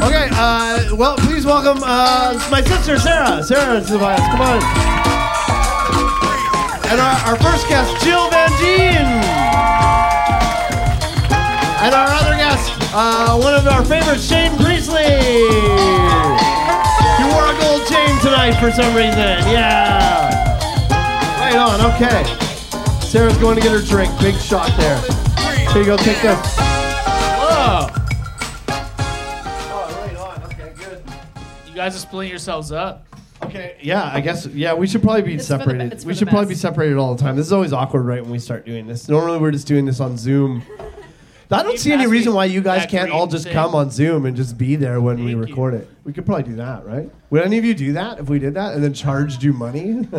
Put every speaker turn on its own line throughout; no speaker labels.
Okay, uh, well, please welcome uh, my sister, Sarah. Sarah is the violence. Come on. And our, our first guest, Jill Van Jean. And our other guest, uh, one of our favorites, Shane Priestley. He wore a gold chain tonight for some reason. Yeah. Right on. Okay. Sarah's going to get her drink. Big shot there. Here you go. Take this. Whoa. Oh, right on. Okay, good.
You guys are splitting yourselves up.
Okay, yeah, I guess. Yeah, we should probably be
It's for the be-
separated.
it's for
we
the
should probably be
best.
separated all the time. This is always awkward, right, when we start doing this. Normally, we're just doing this on Zoom. I don't
You
see any
passed
reason
me
why you guys
that
can't all
green
just
thing.
come on Zoom and just be there when we
Thank you.
record it. We could probably do that, right? Would any of you do that if we did that and then charged you money?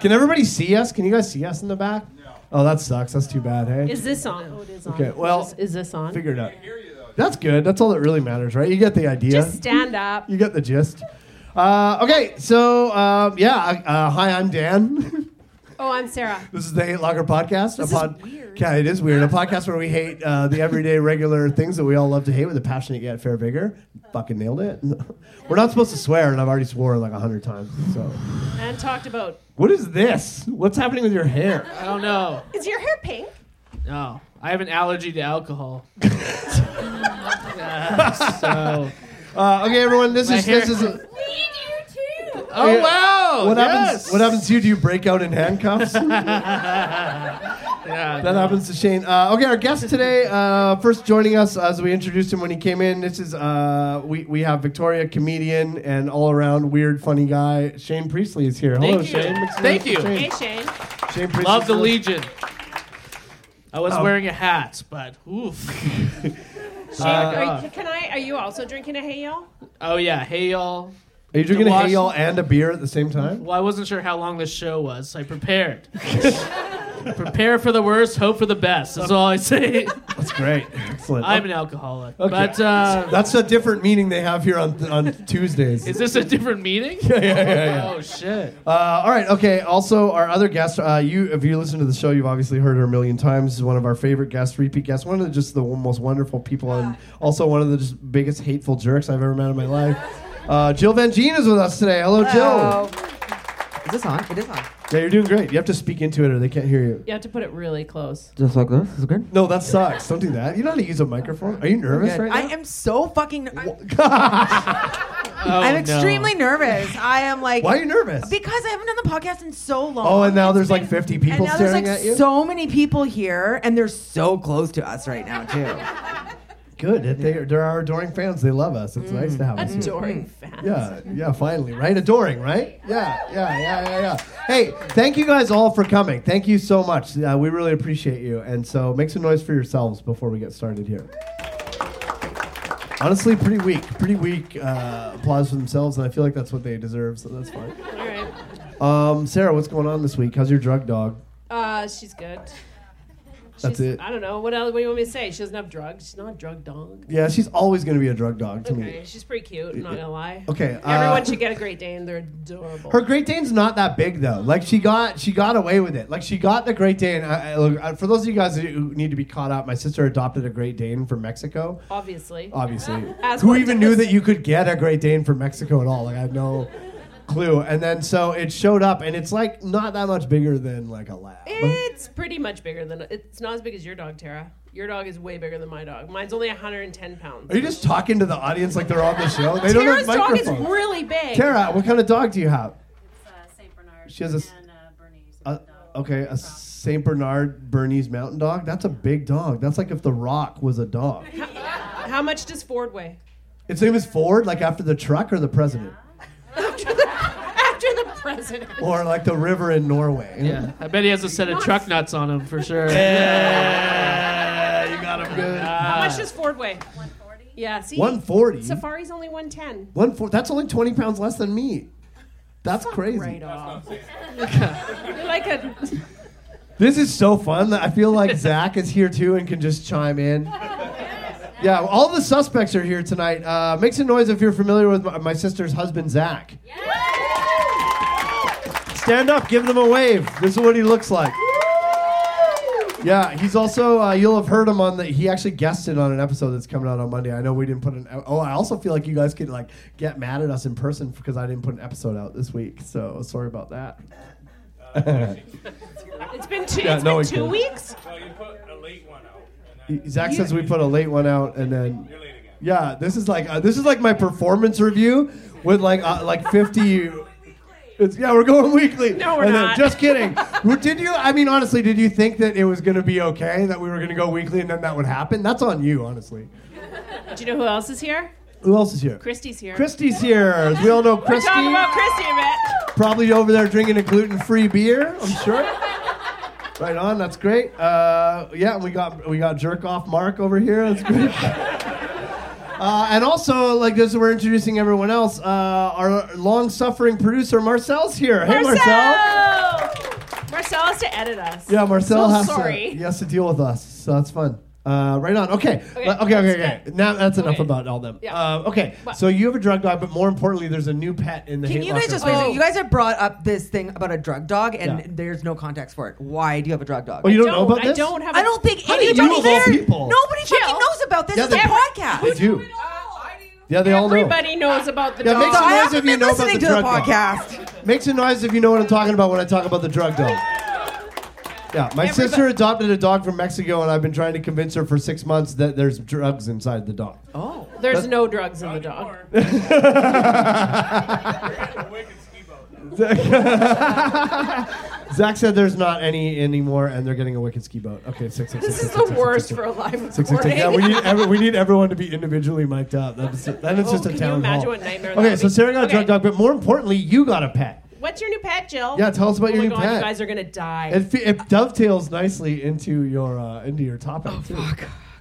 Can everybody see us? Can you guys see us in the back? No. Oh, that sucks. That's too bad, hey?
Is this on? Oh, it is on.
Okay, well,
Is- is this on?
Figure it out. That's good. That's all that really matters, right? You get the idea.
Just stand up.
You get the gist. Uh, okay, so um, yeah, uh, hi, I'm Dan.
Oh, I'm Sarah.
this is the Hate Locker podcast.
This
a
is weird.
Yeah, it is weird. A podcast where we hate uh, the everyday, regular things that we all love to hate with a passionate yet fair vigor. Fucking nailed it. We're not supposed to swear, and I've already sworn like a hundred times. So,
And talked about.
what is this? What's happening with your hair?
I don't know.
Is your hair pink?
No, I have an allergy to alcohol. Yeah, so,
Uh, okay, everyone, this
My
is
hair-
this is. A,
do too.
oh wow!
what
yes.
happens? What happens to you? Do you break out in handcuffs?
Yeah,
That happens to Shane. Uh, okay, our guest today, uh, first joining us as we introduced him when he came in. This is uh, we we have Victoria, comedian and all around weird, funny guy. Shane Priestley is here. Hello,
Thank you.
Shane. Make some
Thank
noise for
you.
Hey,
Shane.
Shane.
Shane Priestley's
Love the
here.
Legion. I was
Oh.
wearing a hat, but oof.
Uh,
Shane, are you, can I? Are you also drinking a Hey Y'all?
Oh yeah, hey y'all.
Are you drinking a
Wash-
hay y'all and a beer at the same time?
Well, I wasn't sure how long this show was. So I prepared. Prepare for the worst, hope for the best. That's all I say.
That's great. Excellent.
I'm an alcoholic.
Okay.
But uh,
That's a different meeting they have here on on Tuesdays.
is this a different meeting?
yeah, yeah, yeah, yeah.
Oh shit.
Uh, all right. Okay. Also, our other guest, uh, you if you listen to the show, you've obviously heard her a million times. She's one of our favorite guests, repeat guests, one of the, just the most wonderful people, and also one of the just biggest hateful jerks I've ever met in my life. Uh, Jill Van Gene is with us today. Hello, Jill.
Is this on? It is on.
Yeah, you're doing great. You have to speak into it, or they can't hear you.
You have to put it really close.
Just like this? Is it good?
No, that sucks. Don't do that. You know how to use a microphone. Are you nervous
Good.
right
I
now?
am so fucking. I'm,
Oh,
I'm
no.
extremely nervous. I am like.
Why are you nervous?
Because I haven't done the podcast in so long.
Oh, and now
It's
there's
been-
like 50 people
and now there's
staring
like
at you.
so many people here, and they're so close to us right now too.
Good. They are, they're our adoring fans. They love us. It's
Mm.
nice to have us. here.
Adoring fans.
Mm-hmm. Yeah, yeah, finally, right? Adoring, right? Yeah, yeah, yeah, yeah, yeah. Hey, thank you guys all for coming. Thank you so much. Uh, we really appreciate you. And so make some noise for yourselves before we get started here. Honestly, pretty weak. Pretty weak uh, applause for themselves, and I feel like that's what they deserve, so that's fine.
All right.
Um, Sarah, what's going on this week? How's your drug dog?
Uh, she's good.
That's
She's,
it.
I don't know. What else? What do you want me to say? She doesn't have drugs. She's not a drug dog.
Yeah, she's always going to be a drug dog to
Okay.
me.
She's pretty cute. I'm not gonna lie.
Okay. uh,
Everyone should get a Great Dane. They're adorable.
Her Great Dane's not that big though. Like she got she got away with it. Like she got the Great Dane. I, I, look, I- for those of you guys who need to be caught up, my sister adopted a Great Dane from Mexico.
obviously.
Obviously,
As
Uh, who
one
even
does.
knew that you could get a Great Dane from Mexico at all? Like I had no clue. And then so it showed up, and it's like not that much bigger than like a lab.
It's pretty much bigger than it's not as big as your dog, Tara. Your dog is way bigger than my dog. Mine's only 110 pounds.
Are you just talking to the audience like they're on the show? They don't
Tara's
have
dog is
microphones.
really big.
Tara, what kind of dog do you have?
uh, Saint Bernard.
She has a s-
and, uh, Bernese.
Uh,
dog.
okay, a Saint Bernard Bernese Mountain Dog. That's a big dog. That's like if The Rock was a dog.
How much does Ford weigh?
Its name is Ford, like after the truck or the president,
After the, after the president.
or like the river in Norway.
Yeah, I bet he has a set of truck nuts on him for sure.
Yeah, you got him good.
Ah.
How much does Ford weigh?
140.
Yeah, see?
140.
Safari's only 110.
One four. That's only twenty pounds less than me. That's crazy.
Right off. You're like a.
This is so fun. that I feel like Zach is here too and can just chime in. Yeah, all the suspects are here tonight. Uh, make some noise if you're familiar with my, my sister's husband, Zach. Stand up, give him a wave. This is what he looks like. Yeah, he's also. Uh, you'll have heard him on the. He actually guested on an episode that's coming out on Monday. I know we didn't put an. Oh, I also feel like you guys could like get mad at us in person because I didn't put an episode out this week. So sorry about that.
It's been two,
Yeah,
it's
no,
been
it
two
can.
weeks?
No, you put a late one out, and then
Zach says we put a late one out, and then
you're late again.
yeah, this is like uh, this is like my performance review with like uh, like fifty. It's, yeah, we're going weekly.
No, we're
And then-
not.
just kidding. Well, did you? I mean, honestly, did you think that it was going to be okay that we were going to go weekly and then that would happen? That's on you, honestly.
Do you know who else is here?
Who else is here?
Christy's here.
Christy's here. As we all know
We're
Christy.
talking about Christy a bit.
Probably over there drinking a gluten free beer, I'm sure. right on, that's great. Uh, yeah, we got we got jerk off Mark over here. That's great. Uh, and also, like this, we're introducing everyone else. Uh, our long-suffering producer Marcel's here. Hey, Marcel.
Marcel! Marcel has to edit us.
Yeah, Marcel
So
has
sorry.
to he has to deal with us, so that's fun. Uh, right on. Okay.
Okay,
Le- Okay. Okay.
that's
Okay.
good.
Now that's enough
Okay.
about all them.
Yeah.
Uh, okay.
What?
So you have a drug dog, but more importantly, there's a new pet in the.
Can
hate
you guys
locker.
just wait? a
Oh.
second? You guys have brought up this thing about a drug dog, and
Yeah.
there's no context for it. Why do you have a drug dog?
Oh, you don't, know
Don't,
about
I
this?
don't have
I don't think
How do you
anybody
of all
here.
people?
Nobody
Jill.
fucking knows about this.
Yeah,
it's a
they-
podcast.
They do. Yeah, they all know.
Everybody knows about the
Yeah,
dog.
make
So
some
I
noise
haven't
if you
been
know about
listening
the
to the
drug dog.
podcast.
Make some noise if you know what I'm talking about when I talk about the drug dog. Yeah, my sister adopted a dog from Mexico, and I've been trying to convince her for six months that there's drugs inside the dog.
Oh,
There's no drugs in the dog.
A wicked ski boat.
Zach said there's not any anymore, and they're getting a wicked ski boat. Okay, six, six,
This
six,
is
six,
the
six, six,
worst
six,
for a live recording.
Six, six, six. Yeah, we need, every, we need everyone to be individually mic'd up. That's, that is
Oh,
just a
can you
town
imagine
hall.
what nightmare that
okay,
would
so
be?
Sarah got a
Okay.
drug dog, but more importantly, you got a pet.
What's your new pet, Jill?
Yeah, tell us about
oh
your
my
new
God,
pet.
you guys are gonna die.
It, fe- it dovetails nicely into your uh, into your topic. too. Do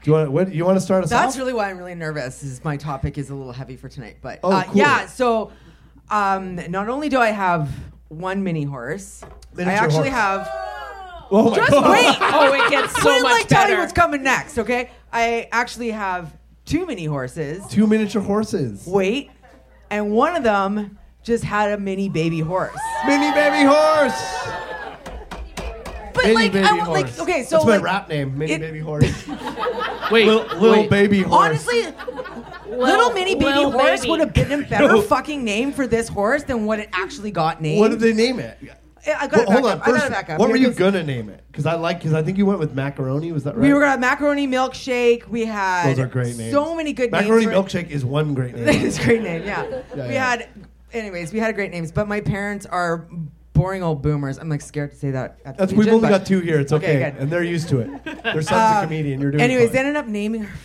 you want what, you want to start us
Oh, that's
off?
really why I'm really nervous. Is my topic is a little heavy for tonight, but
Oh,
uh,
cool.
yeah. So, um, not only do I have one mini horse, I
Miniature
actually
horse.
have.
oh my
Just
God.
wait.
oh, it gets so
Wait,
much
like, tell
better.
you what's coming next, okay? I actually have two mini horses.
Two miniature horses.
Wait, and one of them just had a mini baby horse.
Mini baby horse.
But
Mini
like,
baby
I, would-
horse.
like, okay, so
that's my
like,
rap name. Mini
it-
baby horse.
Wait,
Lil, Lil
wait.
baby horse.
honestly, little mini baby
Lil
horse
baby.
would have been a better fucking name for this horse than what it actually got named.
what did they name it?
I- I got
Well, hold on.
it back up. I got
First,
it back up.
what were
Here
you
it goes.
gonna name it? Because I like because I think you went with macaroni. Was that right?
We were gonna have macaroni milkshake. We had
Those are great names.
so many good
macaroni
names. for-
milkshake is one great name.
it's a great name, yeah.
Yeah,
we
yeah.
had, anyways, we had great names, but my parents are boring old boomers. I'm like scared to say that. At the
That's we've
Legion,
only
but-
got two here. It's okay,
Okay, good. Uh,
and they're used to it. Their son's a comedian. You're doing.
Anyways, they
fine.
ended up naming her.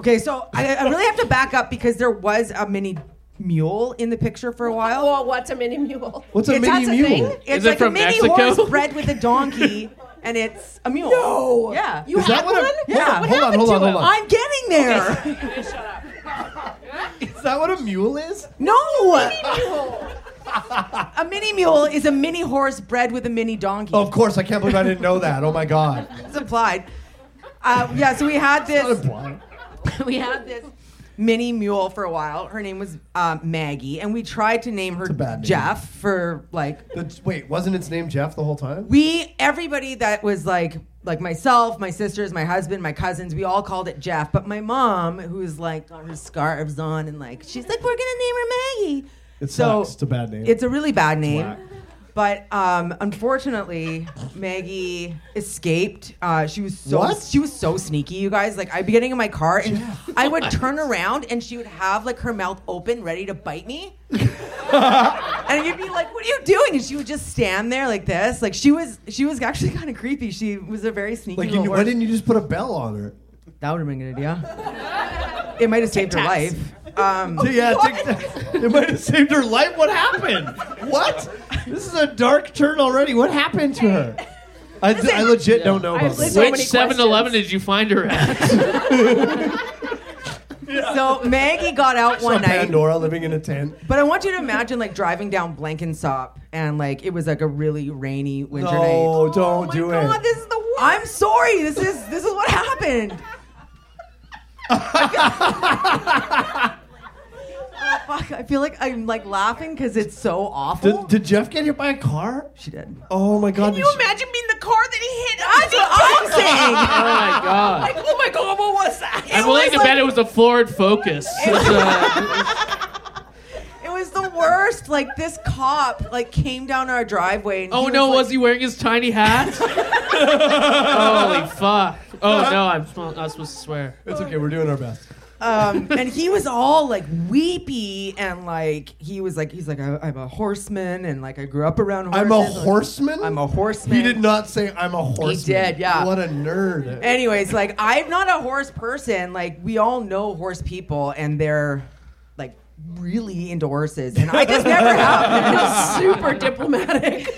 Okay, so I, I really have to back up because there was a mini mule in the picture for a while.
Well, Oh, what's a mini mule?
what's a
It's-
mini
that's
mule?
thing.
Is
It's
it
like a
from
mini
Mexico?
horse bred with a donkey, and it's a mule.
No.
Yeah.
You
Is that
had
what a-
one?
Yeah.
Hold on,
What
hold on,
happened
hold
to
on,
it?
hold on.
I'm getting there.
Is that what a mule is?
No. a mini mule is a mini horse bred with a mini donkey.
Of course, I can't believe I didn't know that. Oh my god.
It's implied. Uh, yeah. So we had
Not
this.
implied.
we had this mini mule for a while. Her name was uh, Maggie, and we tried to name her
a bad name.
Jeff for like
The- wait, wasn't its name Jeff the whole time?
we everybody that was like like myself, my sisters, my husband, my cousins, we all called it Jeff. But my mom, who's like got her scarves on and like she's like, we're gonna name her Maggie.
It
So,
sucks. It's a bad name.
It's a really bad name.
whack.
But um, unfortunately, Maggie escaped. Uh, she was so
What?
she was so sneaky, you guys. Like I'd be getting in my car and I would turn around and she would have like her mouth open, ready to bite me. and you'd be like, "What are you doing?" And she would just stand there like this. Like she was she was actually kind of creepy. She was a very sneaky.
like, you,
little
knew- why
horse.
didn't you just put a bell on her?
that would have been a good idea. It might have saved her
Tic-tacs.
life. Um,
yeah, it, it might have saved her life. What happened? What? This is a dark turn already. What happened to her? I, I legit don't know.
I've
About this.
listened- So
Which
many
7 Eleven did you find her at?
so Maggie got out
Some
one night.
Pandora living in a tent.
But I want you to imagine like driving down Blenkinsop and like it was like a really rainy winter night.
No,
Oh
don't do
God,
it.
Oh, this is the worst.
I'm sorry. This is this is what happened. Oh, fuck, I feel like I'm like laughing because it's so awful.
Did, did Jeff get hit by a car?
she did.
Oh my god.
Can
did
you
she-
imagine being the car that he hit?
That's what I'm
Oh
saying.
my god.
oh my god, what was that?
I'm willing to bet it was a Ford Focus. It's, uh,
It was the worst. Like this cop like came down our driveway. And
oh
was
no,
like-
was he wearing his tiny hat? Holy fuck. Oh no, I'm sm- not supposed to swear.
It's okay. We're doing our best.
um, and he was all like weepy and like he was like he's like I, I'm a horseman and like I grew up around horses.
I'm a
Like,
horseman.
I'm a horseman.
He did not say I'm a horseman.
did, yeah.
What a nerd.
Anyways, like I'm not a horse person. Like we all know horse people, and they're like really into horses, and I just never have. been.
Super diplomatic.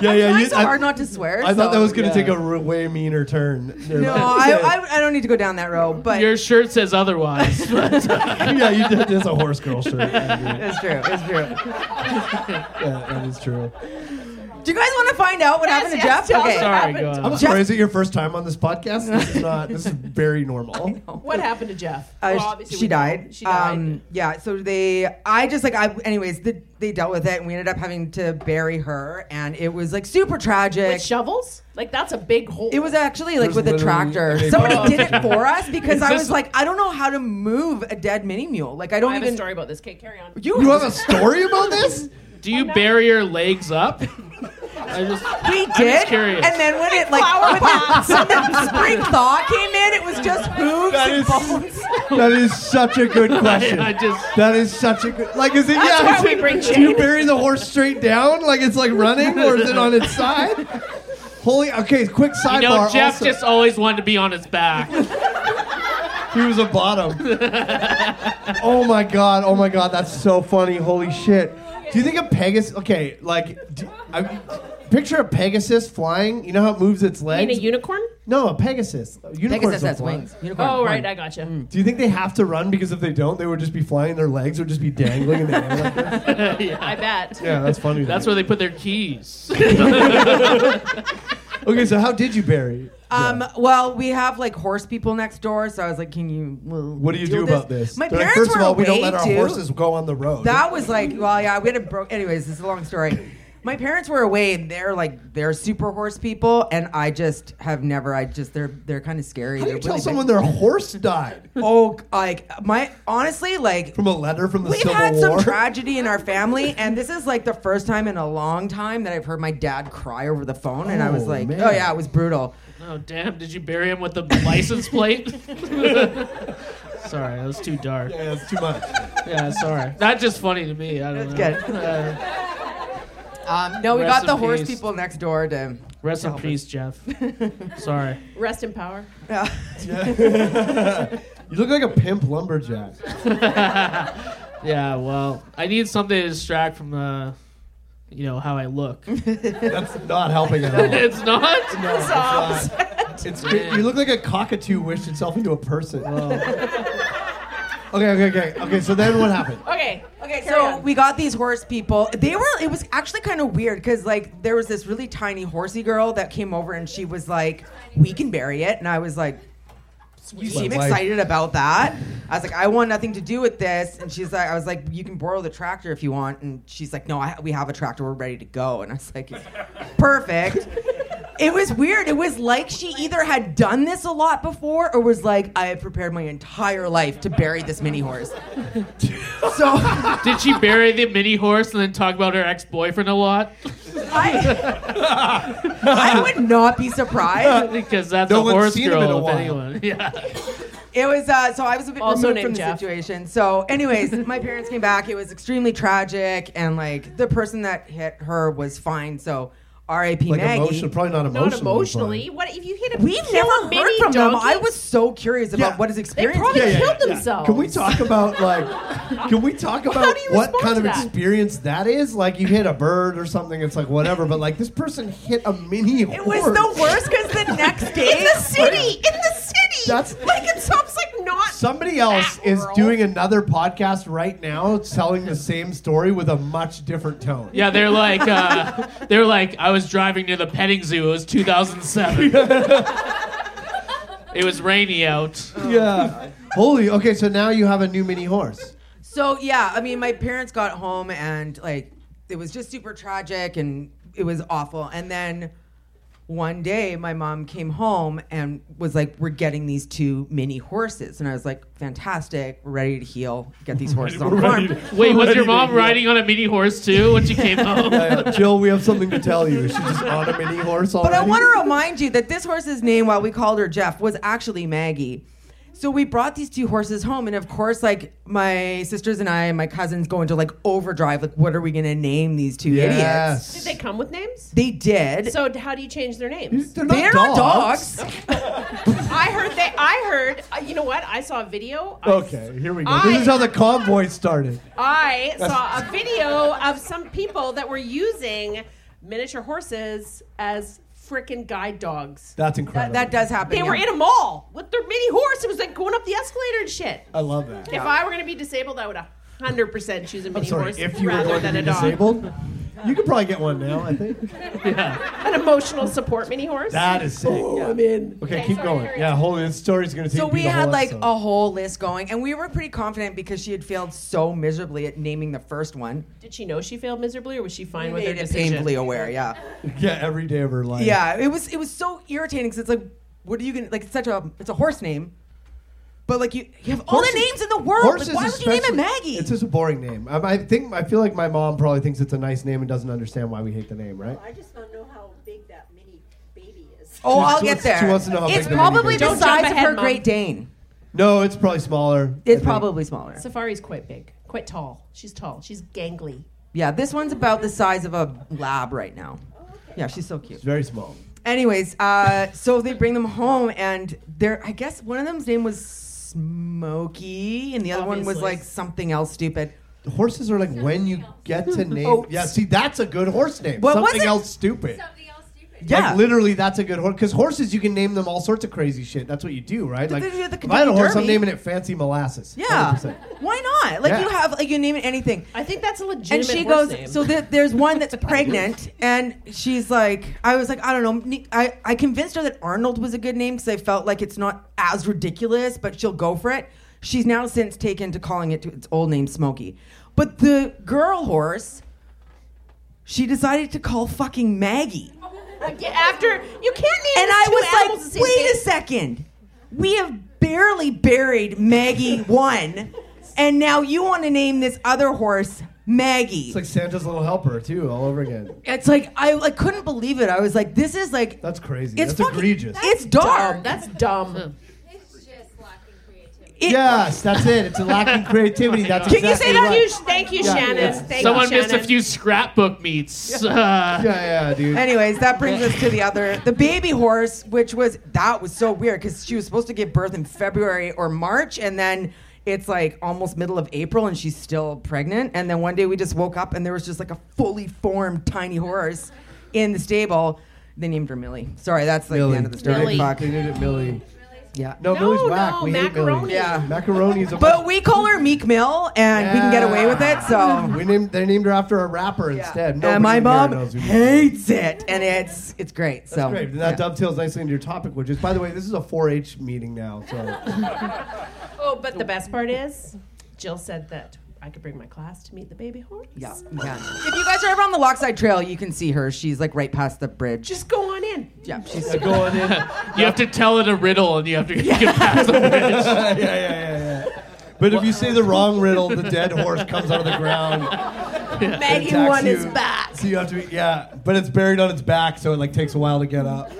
yeah, yeah.
It's so hard not to swear.
I thought
so-
that was going
yeah.
to take a r- way meaner turn.
No, I, I, I don't need to go down that road, but
Your shirt says otherwise. but, uh,
yeah, you did. It's a horse girl shirt. yeah,
it's true. It's true.
that is true.
Do you guys want to find out what happened to
yes,
Jeff?
tell us.
sorry, go
I'm
on.
Just-
surprised at your first time on this podcast. This is not. This is very normal.
What happened to Jeff?
Uh,
Well,
sh-
obviously
she
we know.
died.
She died.
Um, yeah. So they, I just like, I, anyways, the, they dealt with it, and we ended up having to bury her, and it was like super tragic.
With shovels? Like that's a big hole.
It was actually like
There's
with a
literally
tractor.
a-
Somebody did it for us because
Is
I was
this-
like, I don't know how to move a dead mini mule. Like I
I
don't
have
even.
a story about this. Okay, carry on.
You,
You have a story about this?
Do you bury your legs up? I just
we
I'm
did,
just curious.
and then when it like when the, so the spring thaw came in, it was just hooves
That
and
is-
bones.
That is such a good question.
I just
That is such a good. Like, is it? yeah,
why
is
we
it-
bring
do you bury the horse straight down, like it's like running, or is it on its side? Holy. Okay, quick
you
sidebar.
know Jeff
also-
just always wanted to be on his back.
He was a bottom. oh my god! Oh my god! That's so funny! Holy shit! Do you think a Pegasus? Okay, like, d I picture a Pegasus flying. You know how it moves its
You mean
legs?
a unicorn?
no, a Pegasus. Unicorns
Pegasus
don't
has
fly.
wings. Unicorn.
Oh right, I gotcha.
Do you think they have to run because if they don't, they would just be flying. Their legs would just be dangling in the air. Like that?
I bet.
Yeah, that's funny.
That's where they put their keys.
Okay, so how did you bury?
Um, well, we have like horse people next door, so I was like, "Can you? Well,
What do you do
with
about this?
My
They're like,
parents
first
were
of all, we don't
away,
let our
too.
horses go on the road.
That was like, well, yeah, we had a broke. Anyways, this is a long story. My parents were away, and they're like, they're super horse people, and I just have never. I just they're they're kind of scary.
how do
they're
you tell
really
someone
big.
their horse died
Oh, like my honestly, like
from a letter from the
we've
Civil
had
War?
some tragedy in our family, and this is like the first time in a long time that I've heard my dad cry over the phone, and I was
Oh,
like,
man.
oh yeah, it was brutal.
oh damn! Did you bury him with the license plate? sorry, that was too dark.
yeah, that's too much.
Yeah, sorry. That's just funny to me. I don't
That's
know. Uh,
Um, no, we
Rest
got the
in
horse
peace.
people next door to.
rest in peace, Jeff. Sorry.
Rest in power.
Yeah.
you look like a pimp lumberjack.
Yeah, well, I need something to distract from the, you know, how I look.
That's not helping at all.
it's not.
No, it's not. It's cre-
Man.
you look like a cockatoo wished itself into a person. okay, okay, okay, okay. So then what happened?
Okay. Okay.
so we got these horse people. They were. It was actually kind of weird because like there was this really tiny horsey girl that came over and she was like, "We can bury it," and I was like, "You seem
Why- why-
excited about that." I was like, "I want nothing to do with this," and she's like, "I was like, you can borrow the tractor if you want," and she's like, "No, I, we have a tractor. We're ready to go," and I was like, "Perfect." It was weird. It was like she either had done this a lot before or was like, I have prepared my entire life to bury this mini horse. so
Did she bury the mini horse and then talk about her ex boyfriend a lot?
I, I would not be surprised.
Because that's
No
a
one's
horse
seen him in a
girl, if
while.
anyone. Yeah.
It was uh, so I was a bit
Also
removed
named
from the
Jeff.
situation. So, anyways, my parents came back. It was extremely tragic, and like the person that hit her was fine. So, R.I.P.
Like
Maggie.
emotion, probably not emotionally.
not
fine.
emotionally. What if you hit a?
We've
kill
never
a
heard
mini
from them.
donkey?
I was so curious about
Yeah.
what his
They
experience.
probably
Yeah, yeah,
killed
yeah.
themselves.
Can we talk about like? Can we talk about
do you
what
respond
kind
to
of
that?
experience that is? Like you hit a bird or something. It's like whatever. But like this person hit a mini
It
horse.
was the worst because the next day
In the city, in the city.
That's-
like it sounds like not.
Somebody else
That
is
world.
doing another podcast right now, telling the same story with a much different tone.
Yeah, they're like, uh, they're like, I was driving near the petting zoo. It was 2007. it was rainy out.
Yeah. Holy. Okay, so now you have a new mini horse.
So yeah, I mean, my parents got home and like it was just super tragic and it was awful. And then one day my mom came home and was like, We're getting these two mini horses. And I was like, Fantastic. We're ready to heal. Get these horses on the farm.
Wait, was your mom riding on a mini horse too when she came home?
Yeah, yeah. Jill, we have something to tell you. She's just on a mini horse already.
But I want to remind you that this horse's name, while we called her Jeff, was actually Maggie. So we brought these two horses home, and of course, like my sisters and I and my cousins go into like overdrive. Like, what are we gonna name these two idiots?
Yes.
Did they come with names?
They did.
So how do you change their names?
They're
They're not dogs. Uh,
I heard they. I heard. Uh, you know what? I saw a video. I
Okay, here we go. this
I-
is how the convoy started.
I saw a video of some people that were using miniature horses as freaking guide dogs.
That's incredible.
That, that does happen.
They were
yeah.
in a mall with their mini horse. It was like going up the escalator and shit.
I love that.
If I were going to be disabled, I would hundred percent choose a mini
Sorry,
horse
if you were
rather
going to
than
be
a dog.
disabled, you could probably get one now. I think
An emotional support mini horse.
that is sick. yeah.
I'm in.
Okay, keep going. Yeah, hold it. This story's gonna take.
Oh, So
me
we
the
had
whole
like
episode.
a whole list going, and we were pretty confident because she had failed so miserably at naming the first one.
Did she know she failed miserably, or was she fine with her
Made it
decision?
painfully aware. Yeah.
yeah every day of her life.
Yeah, it was it was so irritating because it's like, what are you gonna like? It's such a it's a horse name, but like you you have all
Horses-
the names in the world.
Horses
Like, why would you name it
especially-
Maggie?
It's just a boring name. I, I think I feel like my mom probably thinks it's a nice name and doesn't understand why we hate the name, right?
I just don't know how big that mini baby is.
oh,
She-
I'll
she
get
wants- she
there.
wants to know how
it's
big the
probably
baby
the
is. Don't jump
size of
ahead,
her
Mom.
Great Dane.
No, it's probably smaller. I
It's
think.
probably smaller.
Safari's quite big, quite tall. She's tall. She's gangly.
Yeah, this one's about the size of a lab right now. Yeah, she's so cute.
It's very small.
Anyways, uh, so they bring them home, and they're I guess one of them's name was Smokey, and the other one was
Obviously.
like something else stupid.
Horses are like when you get to name.
Oh.
Yeah, see, that's a good horse name.
What was
Something
it?
else stupid.
Something else stupid.
Yeah,
Like literally, that's a good horse. Because horses, you can name them all sorts of crazy shit. That's what you do, right? Like,
they do
if I
the
had a
Kentucky
horse, I'm
Derby.
naming it Fancy Molasses.
yeah.
100%.
Why not? Like
Yeah.
you have like you name it anything.
I think that's a
and
legitimate.
she
horse
goes
name.
so th- there's one that's pregnant and she's like i was like i don't know Ne- i, I convinced her that arnold was a good name because i felt like it's not as ridiculous but she'll go for it she's now since taken to calling it to its old name smokey but the girl horse she decided to call fucking maggie
Again, after you can't name
and
Oh, two
i
animals
was
the
like
same
wait a
thing.
second we have barely buried maggie one and now you want to name this other horse maggie
It's like Santa's Little Helper too, all over again.
It's like I, I couldn't believe it. I was like, this is like
That's crazy.
it's
that's
fucking,
egregious.
It's dark.
Dumb. That's dumb.
It's just lacking creativity.
It-
yes, that's it. It's a lack of creativity. That's
Can you
exactly
say
Thank
that?
right.
you, thank you,
Yeah,
Shannon.
yeah.
Thank
Someone
you,
missed a
Shannon.
few scrapbook meets.
Yeah,
Uh,
yeah, dude.
Anyways, that brings us to the other, the baby horse, which was that was so weird because she was supposed to give birth in February or March, and then it's like almost middle of April and she's still pregnant. And then one day we just woke up and there was just like a fully formed tiny horse in the stable. They named her Millie. Sorry, that's like
Millie.
the end of the story.
Millie.
Fuck.
They did it, Millie.
Yeah.
No,
No,
Millie's whack.
no,
we hate Millie.
macaroni.
Yeah.
Macaroni's a
But we call her Meek Mill, and we can get away with it. So
we named they named her after a rapper instead.
And
Nobody
my
in here
mom
knows who Meek Mill is.
hates it, and it's it's great.
That's
so
great. That
yeah.
dovetails nicely into your topic, which is, by the way, this is a 4-H meeting now. So uh,
Oh, but the best part is, Jill said that I could bring my class to meet the baby horse.
yeah, yeah. If you guys are ever on the Lockside Trail, you can see her. She's like right past the bridge.
Just go on in.
yeah, she's
I go on in.
you have to tell it a riddle, and you have to get past it.
yeah, yeah, yeah, yeah. But if you say the wrong riddle, the dead horse comes out of the ground.
Maggie
attacks
won his
you.
back.
So you have to, yeah. But it's buried on its back, so it like takes a while to get up.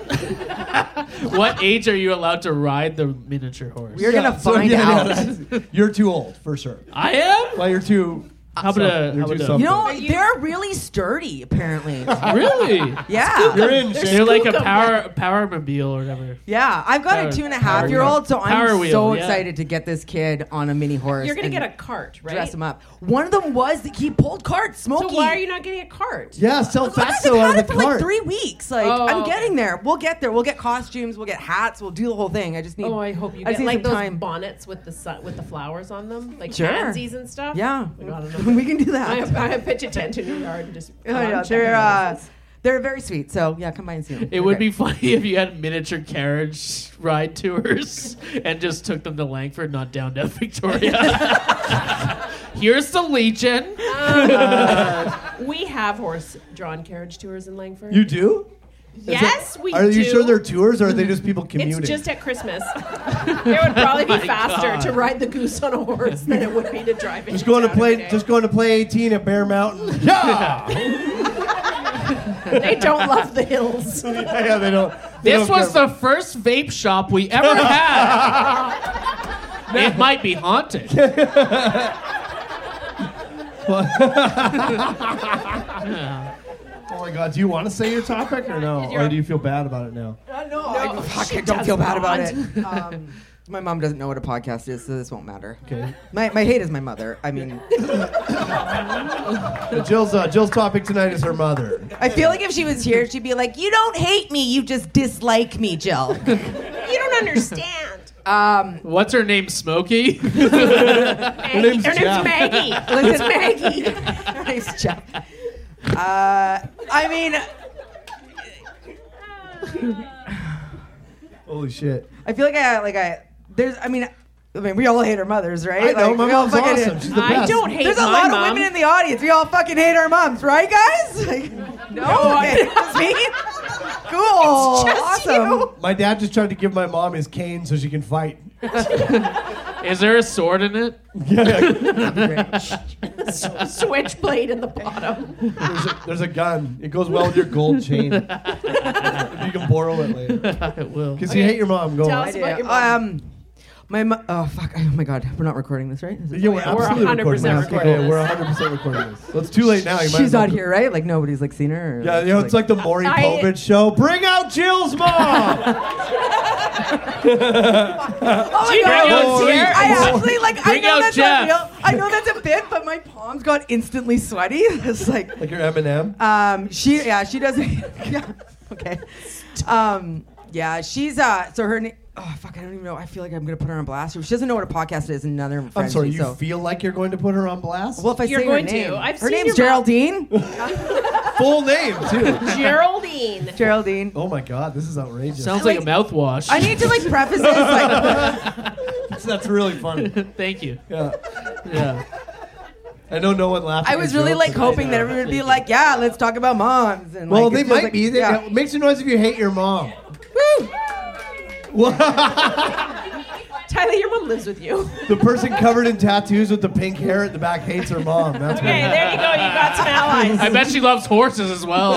What age are you allowed to ride the miniature horse?
We're gonna find out.
out. You're too old for sure.
I am.
Well, you're too.
How
Some-
about a?
you're
How
too
about a?
some-
you know,
But you-
they're really sturdy, apparently.
Really?
yeah.
You're in.
There's
Shane.
You're like a
Skookum.
power power mobile or whatever.
Yeah, I've got
Power-
a two and a
power
half year
wheel.
old, so
Power
I'm
wheel,
so
yeah.
excited to get this kid on a mini horse.
You're gonna
and
get a cart, right?
dress him up. One of them was that he pulled carts,
So
Smokey.
why are you not getting a cart?
Yeah, sell
I've
Fatso out
had
of
it
the
for
cart.
like three weeks. Like
Oh,
I'm
okay.
getting there. We'll get there. We'll get costumes. We'll get hats. We'll do the whole thing. I just need.
Oh, I hope you
I
get
just need
like
some
those
time.
bonnets with the sun, with the flowers on them, like
Sure.
pansies and stuff.
Yeah,
we got
we,
another.
can do
I,
that.
I pitch a tent in your yard and just.
Oh, yeah,
I'm checking
they're uh,
houses.
they're very sweet. So yeah, come by and see them.
It would be funny if you had miniature carriage ride tours and just took them to Langford, not downtown Victoria. Here's the Legion.
uh,
we have horse-drawn carriage tours in Langford.
You do?
Yes, we
Are you
do.
sure they're tours or are they just people commuting?
It's just at Christmas. it would probably
Oh
My
be faster
God.
to ride the goose on a horse than it would be to drive it.
Just going to
down
play.
every day.
Just going to play 18 at Bear Mountain. Yeah,
they don't love the hills.
yeah, they don't. they
This
don't
was
care.
the first vape shop we ever had. it might be haunted.
Oh my God! Do you want to say your topic or no? Or do you feel bad about it now?
No, I, fuck, I don't feel bad about it. Um, my mom doesn't know what a podcast is, so this won't matter.
Okay.
My, my hate is my mother. I mean,
Uh, Jill's uh, Jill's topic tonight is her mother.
I feel like if she was here, she'd be like, "You don't hate me, you just dislike me, Jill."
You don't understand.
Um,
What's her name, Smokey?
Maggie.
name's
Her
Jeff.
name's Maggie. It's Maggie.
nice job. Uh, I mean,
Oh.
Holy shit!
I feel like I like I there's. I mean, I mean, we all hate our mothers, right?
I know
Like,
my
we all
mom's
fucking-
awesome. She's the
I
best.
don't hate
There's a
my
lot
mom.
of women in the audience. We all fucking hate our moms, right, guys? Like, no,
Oh,
okay, just me. Cool,
just you.
awesome.
Oh, My dad just tried to give my mom his cane so she can fight.
Is there a sword in it?
Switchblade in the bottom.
There's a, there's a gun. It goes well with your gold chain. if you can borrow it later.
it will.
Because you hate your mom. Go
Tell
on.
us
Yeah,
about your mom.
Um, my mo- oh fuck! Oh my god, we're not recording this, right? Is it-
Yeah, we're absolutely
100%
recording this.
recording
Okay,
this.
we're 100 percent recording this. Well, it's too late now. You might as
She's
well
not
go-
here, right? Like nobody's like seen her. or,
Yeah, you know, it's like the Maury
I-
Povich show. Bring out Jill's mom.
oh my
Bring
god,
out
oh,
Jerry.
I actually like. I
Bring
know
out
that's
Jeff.
not real. I know that's a bit, but my palms got instantly sweaty. It's like,
like your Eminem.
um, she yeah, she doesn't. Yeah, okay. Um, yeah, she's uh, so her name. Oh fuck, I don't even know. I feel like I'm gonna put her on blast. She doesn't know what a podcast is. Another.
I'm
friend,
sorry.
she-
You
so-
feel like you're going to put her on blast?
well, if I
You're
say
going
her
to.
name,
I've
her
seen
name's
your mouth.
Geraldine.
full name too.
Geraldine.
Geraldine.
Oh my God, this is outrageous.
Sounds like, a mouthwash.
I need to like preface this like
That's really funny.
Thank you.
Yeah,
Yeah.
I know no one laughed.
I
at
was
your
really
joke
like
tonight.
hoping that everyone would be like, yeah, let's talk about moms. And
Well,
like, it
they
feels
might
like-
be. They,
yeah.
Make some noise if you hate your mom.
Woo!
Tyler, your mom lives with you.
The person covered in tattoos with the pink hair at the back hates her mom. That's
Okay, there you go. You got some allies.
I bet she loves horses as well.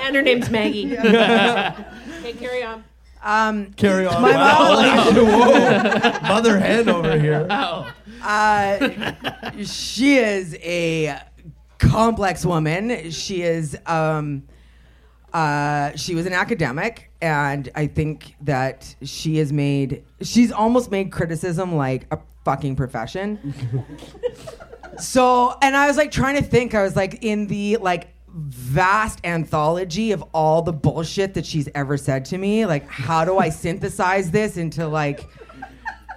And her name's Maggie. okay, carry on.
Um,
Carry on.
My
wow. Whoa. Mother hen over here.
Wow.
uh, she is a complex woman. She is. Um, uh, she was an academic, and I think that she has made. She's almost made criticism like a fucking profession. so, and I was like trying to think. I was like in the like vast anthology of all the bullshit that she's ever said to me. Like, how do I synthesize this into like?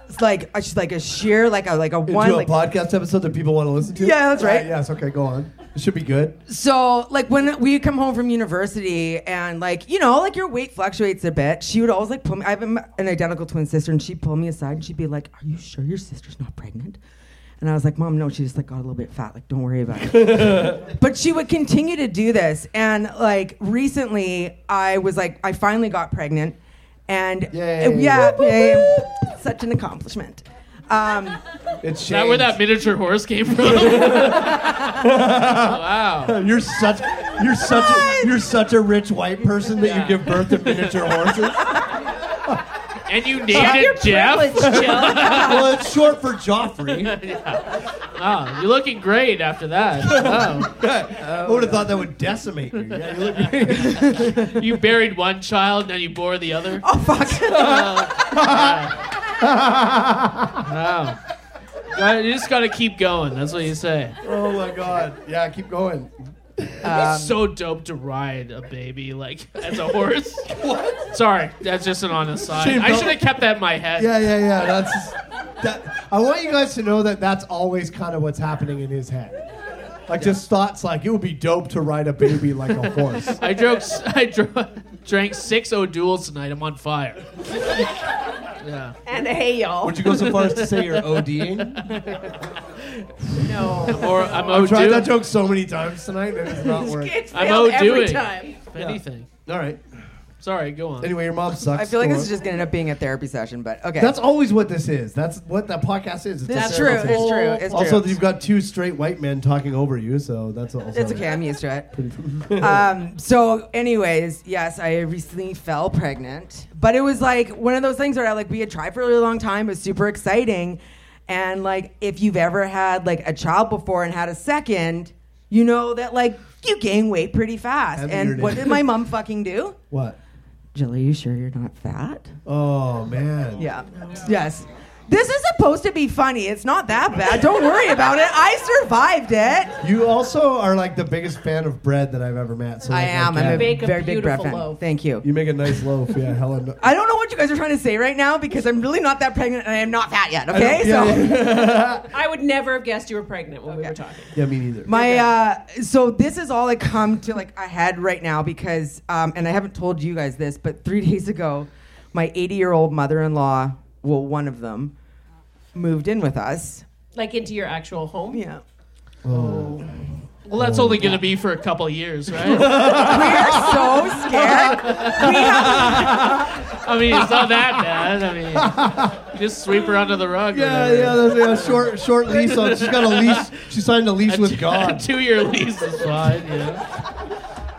It's like a, like a sheer like a like a
Into
one
a
like,
podcast episode that people want to listen to.
Yeah, that's right.
yes. Okay. Go on. It should be good.
So, like when we come home from university, and like you know, like your weight fluctuates a bit. She would always like pull me. I have an identical twin sister, and she'd pull me aside and she'd be like, "Are you sure your sister's not pregnant?" And I was like, "Mom, no, she just like got a little bit fat. Like, don't worry about it." but she would continue to do this, and like recently, I was like, I finally got pregnant, and
Yay.
yeah, yay. such an accomplishment. Um,
It's
Is that where that miniature horse came from? wow.
You're such you're such a, you're such a rich white person that
Yeah.
you give birth to miniature horses.
And you named it Jeff?
well, it's short for Joffrey.
Wow. You're looking great after that. Wow.
I would have thought that would decimate you. Yeah, you look great.
You buried one child, now you bore the other.
oh fuck!
Wow. Gotta- You just gotta keep going. That's what you say.
oh my god. Yeah, keep going.
it's so dope to ride a baby like as a horse. what? Sorry, that's just an honest side.
Shame,
I
don't-
should have kept that in my head.
Yeah, yeah, yeah. That's that. I want you guys to know that that's always kind of what's happening in his head. Like just thoughts like it would be dope to ride a baby like a horse.
I drove. s- I dr- drank six O'Douls tonight. I'm on fire. yeah.
And hey, y'all.
Would you go so far as to say you're ODing?
No.
Or I'm
I've tried
O'Douls.
that joke so many times tonight that it's not working.
It's
I'm
failed every
outdoing.
time.
Anything.
All right.
Sorry, go on.
Anyway, your mom sucks.
I feel like
Go
this
on.
is just gonna end up being a therapy session, but okay.
That's always what this is. That's what that podcast is. It's a
That's
therapy
true. It's
session.
true. It's true. Uh,
Also, you've got two straight white men talking over you, so that's also.
It's okay. I'm used to it. um, so, anyways, yes, I recently fell pregnant, but it was like one of those things where I like we had tried for a really long time. It was super exciting, and like if you've ever had like a child before and had a second, you know that like you gain weight pretty fast.
And
and
you're-
what did my mom fucking do?
What?
Jill, are you sure you're not fat?
Oh man.
Yeah. Yes. This is supposed to be funny. It's not that bad. Don't worry about it. I survived it.
You also are like the biggest fan of bread that I've ever met. So
I
like,
am.
like,
I'm a
yeah.
Bake a
very big bread
beautiful
fan.
loaf.
Thank you.
You make a nice loaf, yeah, Helen.
I don't know what you guys are trying to say right now because I'm really not that pregnant and I am not fat yet. Okay,
Yeah,
so
yeah.
I would never have guessed you were pregnant when we were talking.
Yeah, me neither.
my uh, so this is all I come to like a head right now because um, and I haven't told you guys this, but three days ago, my 80 year old mother-in-law, well, one of them, moved in with us.
Like into your actual home.
Yeah,
oh.
well, that's only going to be for a couple of years, right?
Oh, we are so scared. We have
I mean, it's not that bad. I mean, just sweep her under the rug. or
Yeah,
whatever.
yeah, that's, yeah. Short, short lease. On, she's got a lease. She signed a lease
A
with
two- A
God.
two-year lease is fine. Yeah.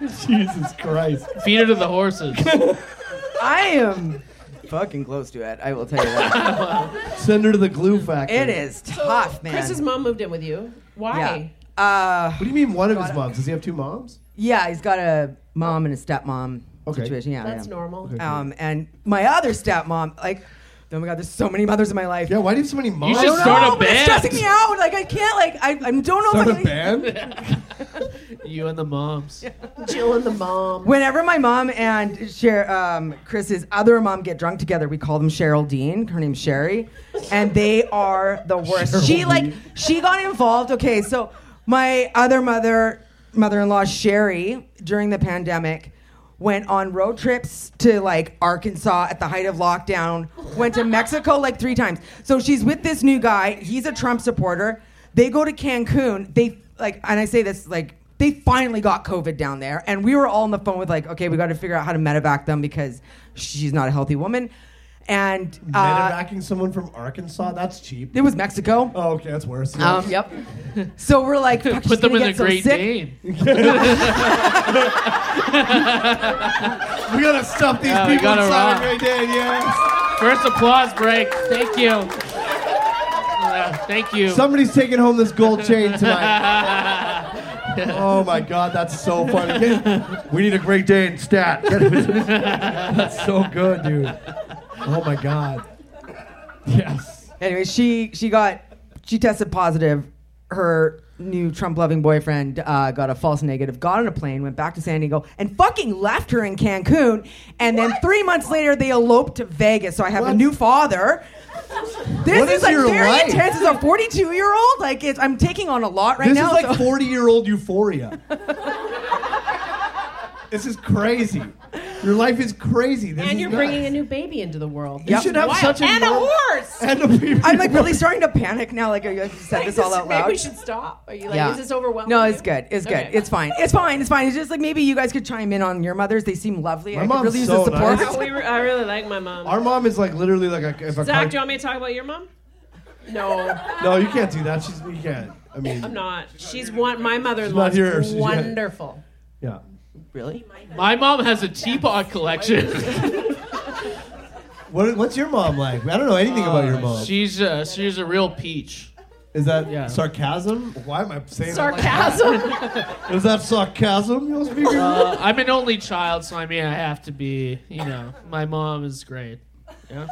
Jesus Christ.
Feed her to the horses.
I am fucking close to it. I will tell you that
Send her to the glue factory.
it is tough, man.
Chris's mom moved in with you. Why?
Yeah. Uh,
What do you mean? One of his moms? Does he have two moms?
Yeah, he's got a mom and a stepmom
Okay.
situation. Yeah,
That's
yeah.
normal.
Okay.
Um, and my other stepmom, like, oh my god, there's so many mothers in my life.
Yeah. Why do you have so many moms?
should
I don't
Start a
know, but it's
band.
stressing me out. Like, I can't. Like, I, I don't know.
Start
if I
a
can-
band.
You and the moms.
Jill and the mom.
Whenever my mom and Cher, um, Chris's other mom get drunk together, we call them Cheryl Dean. Her name's Sherry, and they are the worst. she
Cheryl
like
Dean.
she got involved. Okay, so my other mother, mother-in-law Sherry, during the pandemic, went on road trips to like Arkansas at the height of lockdown. Went to Mexico like three times. So she's with this new guy. He's a Trump supporter. They go to Cancun. They like, and I say this like they finally got COVID down there, and we were all on the phone with like, okay, we got to figure out how to medevac them because she's not a healthy woman, and uh,
Medevaking someone from Arkansas? That's cheap.
it was Mexico.
Oh, okay, that's worse.
Um, yep. So we're like, Fuck, she's
Put them
gonna
in the
get so
Great
sick.
Dane.
we gotta stuff these
Yeah, we
people
gotta
inside
rock.
right there. Yeah.
First applause break. Thank you. Uh, thank you.
Somebody's taking home this gold chain tonight. oh my god, that's so funny. Get- we need a Great Dane stat. that's so good, dude. Oh my god. Yes.
Anyway, she she got she tested positive. Her new Trump loving boyfriend uh, got a false negative, got on a plane, went back to San Diego, and fucking left her in Cancun. And then three months later, they eloped to Vegas. So I have a
What?
new father. This
What
is
is
like
your
very
life?
intense. As a 42 year old, like it's, I'm taking on a lot right
This
now.
is like
so-
40 year old euphoria. this is crazy. Your life is crazy. This
And
is
you're
nuts.
bringing a new baby into the world.
You should have
Wild.
such a
and a
mom-
horse.
And a baby.
I'm like really starting to panic now. Like I said
Like,
this all out loud.
Maybe we should stop. Are you like, is this overwhelming?
No, it's
you?
good. It's good.
Okay.
It's fine. It's fine. It's fine. It's just like maybe you guys could chime in on your mothers. They seem lovely.
My
I could
mom's
really use
so
the support.
nice.
We re- I really like my mom.
Our mom is like literally like a. If a
Zach,
car-
do you want me to talk about your mom? No,
no, you can't do that. She's you can't. I mean,
I'm not. She's one. My mother-in-law
She's not here.
is
She's- yeah.
wonderful.
yeah.
Really?
My mom has a teapot collection.
What, what's your mom like? I don't know anything about your mom.
she's uh, she's a real peach.
Is that
Yeah.
sarcasm? Why am I saying
Sarcasm.
that? Is that sarcasm? You speak
Uh, I'm an only child, so I mean I have to be. You know, my mom is great. Yeah.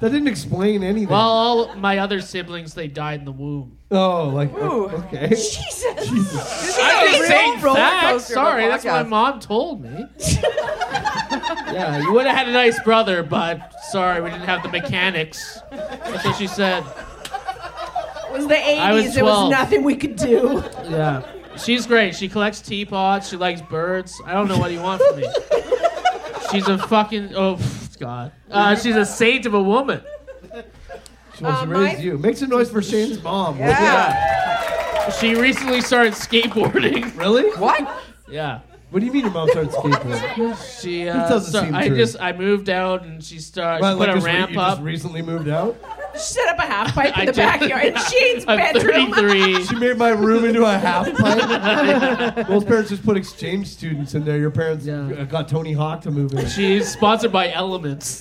that didn't explain anything.
Well, all my other siblings they died in the womb.
oh, like
Ooh.
okay. Jesus. Jesus.
I
real
didn't say
roller
that.
coaster of a
Sorry, that's what my
podcast.
mom told me. yeah, Uh, you would have had a nice brother, but sorry, we didn't have the mechanics. That's what she said.
It was the 80s.
was
there
12.
was nothing we could do.
Yeah. She's great. She collects teapots. She likes birds. I don't know what do you want from me. She's a fucking oh pff, god. Uh, she's a saint of a woman.
She wants to
Uh,
raise
my-
you. Make some noise for Shane's mom. will you?
Yeah.
She recently started skateboarding.
Really?
What?
Yeah.
What do you mean your mom started skateboarding?
She
This
uh,
doesn't
so
seem
I
true.
just I moved out and she started
Well,
she
like
put a
just re-
ramp
you
up.
just recently moved out.
Set up a half pipe
I
in the
just-
backyard in Shane's
I'm
bedroom.
33.
She made my room into a half pipe. Most parents just put exchange students in there. Your parents
Yeah.
uh, got Tony Hawk to move in.
She's sponsored by Elements.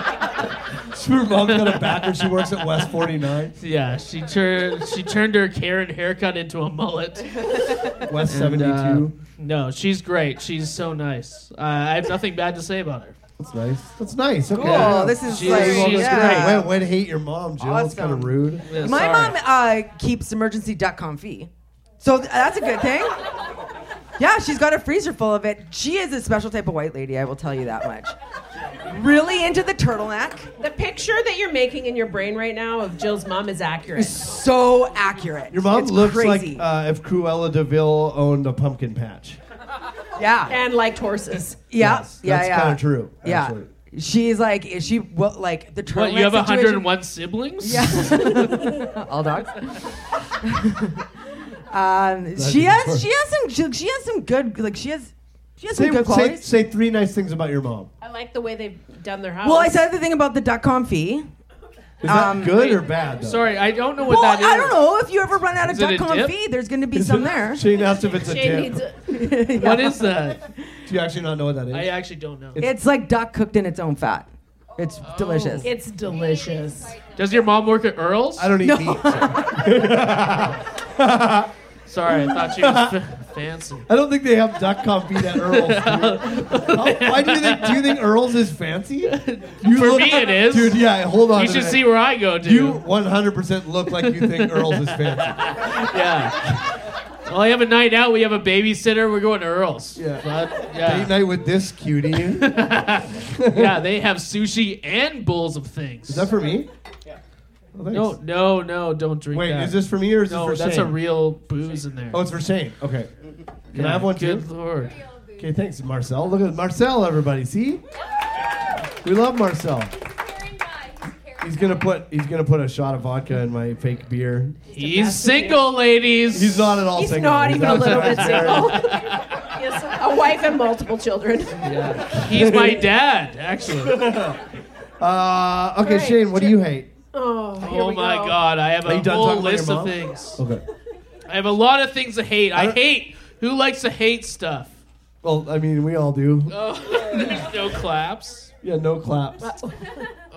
Her mom's got a backer. She works at West 49,
Yeah, she turned she turned her Karen haircut into a mullet.
uh,
West
And,
72.
uh, no, she's great. She's so nice. Uh, I have nothing bad to say about her.
That's nice. That's nice. Okay.
Cool. This is
She's-
like
she's
yeah.
Great. Way, way to hate your mom, Jill. That's kind
Awesome.
of rude.
Yeah,
My
sorry.
mom uh, keeps emergency.com fee. So th- that's a good thing. Yeah, she's got a freezer full of it. She is a special type of white lady, I will tell you that much. Really into the turtleneck.
The picture that you're making in your brain right now of Jill's mom is accurate.
So accurate.
Your mom
It's
looks
crazy.
like uh, if Cruella Deville owned a pumpkin patch.
yeah.
And liked horses.
Yeah.
Yes,
yeah.
that's
yeah.
kind of true.
Yeah.
Actually.
She's like, is she well, like the turtleneck?
What, you have
situation-
101 siblings?
Yeah. All dogs. um, she has she has some she, she has some good like she has she has some
Say,
good
say,
qualities.
say three nice things about your mom.
I like the way they've done their house.
well, I said the thing about the dot com fee.
Is that
Um,
good or
wait,
bad? Though?
Sorry, I don't know what
Well,
that is.
I don't know if you ever run out of
Is it
dot
a
com
dip?
fee. There's going to be
Is
some
it-
there.
Shane asked if it's a
Shane
dip.
needs a,
What is that?
Do you actually not know what that is?
I uh, actually don't know.
It's like duck cooked in its own fat. It's
Oh.
delicious.
It's delicious.
Does your mom work at Earl's?
I don't eat meat. so-
Sorry, I thought she was f- fancy.
I don't think they have duck confit at Earl's. dude. How- why do you think? Do you think Earl's is fancy? You
For me, it is.
Dude, yeah. Hold on.
You
a
should
minute.
see where I go, dude.
You 100% look like you think Earl's is fancy.
Yeah. Well, I have a night out. We have a babysitter. We're going to Earl's.
Yeah.
But,
Date
yeah.
night with this cutie. Is
yeah, they have sushi and bowls of things.
that for me? Oh, thanks.
no, no, no, don't drink
Wait,
that.
is this for me or is
No,
this for
that's
Shane?
a real booze in there.
Oh, it's for Shane. Okay. Can I
Yeah,
have one
Good
too?
lord.
Okay, thanks, Marcel. Look at Marcel, everybody. See? We love Marcel. He's gonna put he's gonna put a shot of vodka in my fake beer.
He's single, ladies.
He's not at all
He's
single.
not even a little bit
outside married.
single. yes, a wife and multiple children.
Yeah. He's my dad, actually.
Uh, okay,
Right.
Shane, what do you hate?
Oh, here
oh
we
my
go.
god, I have
Are
a
you done
whole
talking about
list
your
of
mom?
things.
Okay.
I have a lot of things to hate. I,
don't-
hate. Who likes to hate stuff?
Well, I mean, we all do.
Oh, there's no claps.
Yeah, no claps.
Uh,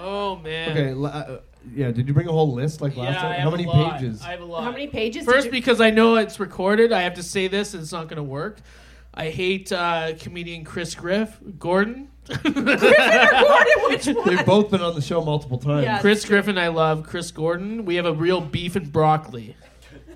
Oh man.
Okay. la- uh, yeah. Did you bring a whole list like
Yeah,
last
I
time?
have
How
a
many
lot.
pages?
I have a lot.
How many pages?
First,
did you-
because I know it's recorded, I have to say this, and it's not going to work. I hate uh, comedian Chris Griff Gordon.
Gordon, which one?
They've both been on the show multiple times.
Yeah.
Chris Griffin, I love Chris Gordon. We have a real beef and broccoli.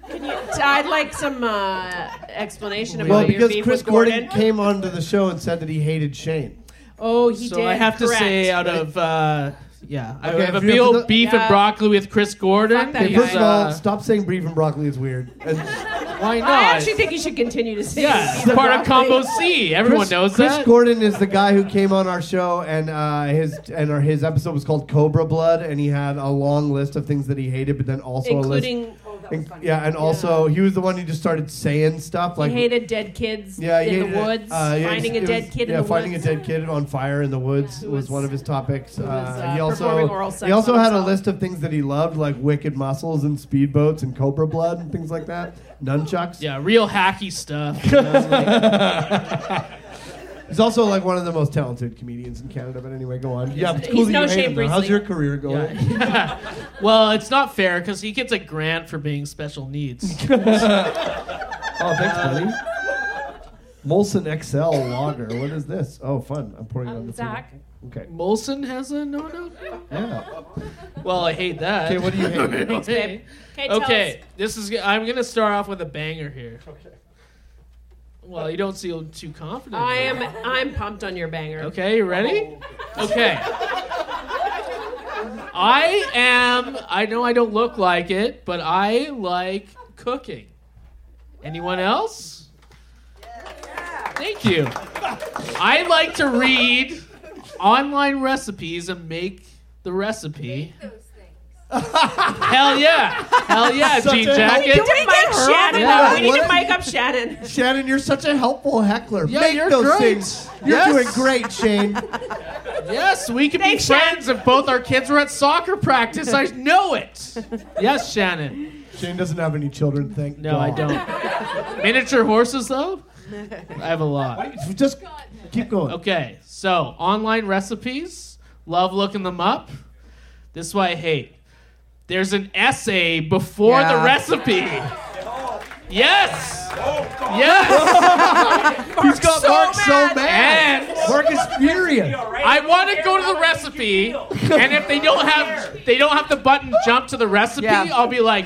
I'd like some uh, explanation about
Well,
your
because
beef
Chris
with Gordon.
Gordon came onto the show and said that he hated Shane.
Oh, he
so
did.
I have to
correct.
say, out of uh, yeah, I
Okay,
have a
if you have
real
to-
beef
Yeah.
and broccoli with Chris Gordon.
Fuck that
Okay,
He's,
first of all,
uh,
stop saying beef and broccoli is weird. And
why
I
not?
actually think you should continue to say.
Yeah,
beef
it's
with
part of
broccoli.
Combo C. Everyone
Chris,
knows
Chris
that.
Gordon is the guy who came on our show, and uh, his and our, his episode was called Cobra Blood, and he had a long list of things that he hated, but then also a list.
including
in- yeah, and also he was the one who just started saying stuff like
he hated dead kids
Yeah, he
in
hated
the
it.
woods,
Uh, yeah,
finding
it
a
was-
dead kid
yeah,
in the
finding
woods.
a dead kid on fire in the woods was,
was-
one of his topics. uh,
uh,
he also
performing oral sex
he also
on
had a
himself.
list of things that he loved, like wicked muscles and speedboats and cobra blood and things like that. Nunchucks.
Yeah, real hacky stuff. you know, like-
He's also like one of the most talented comedians in Canada. But anyway, go on. Yeah, but it's cool
he's
that you
no
hate
Shane
him, though. How's
Breesley.
your career going?
well, it's not fair because he gets a grant for being special needs.
Oh, thanks, buddy. Molson XL Lager. What is this? Oh, fun. I'm pouring it on the table.
Um, Zach.
Okay.
Molson has a no no.
Yeah.
Well, I hate that.
Okay. What do you hate?
Thanks,
babe. Okay, tell
Okay, this is. I'm gonna start off with a banger here. Okay. Well, you don't seem too confident.
I am.
though.
I'm pumped on your banger.
Okay, you ready? Okay. I am. I know I don't look like it, but I like cooking. Anyone else? Thank you. I like to read online recipes and make the recipe.
Those things.
Hell yeah. Hell yeah,
Such
Jean
a help-
Jacket.
Did
We need to mic Shannon.
Yeah.
though. We need to
What?
mic up Shannon.
Shannon, you're such a helpful heckler.
Yeah,
Make
you're
those
great.
things. You're
Yes.
doing great, Shane.
Yes, we can be
Thanks, Shannon.
friends if both our kids were at soccer practice. I know it. Yes, Shannon.
Shane doesn't have any children, thank
No, I
God.
don't. Miniature horses, though? I have a lot.
Just keep going.
Okay, so online recipes. Love looking them up. This is why I hate. There's an essay before the
Yeah.
recipe. Yes. Yes.
He's got
so
Mark so
mad.
mad.
and
Mark is furious.
I want to go to the recipe, and if they don't have they don't have the button jump to the recipe,
Yeah.
I'll be like,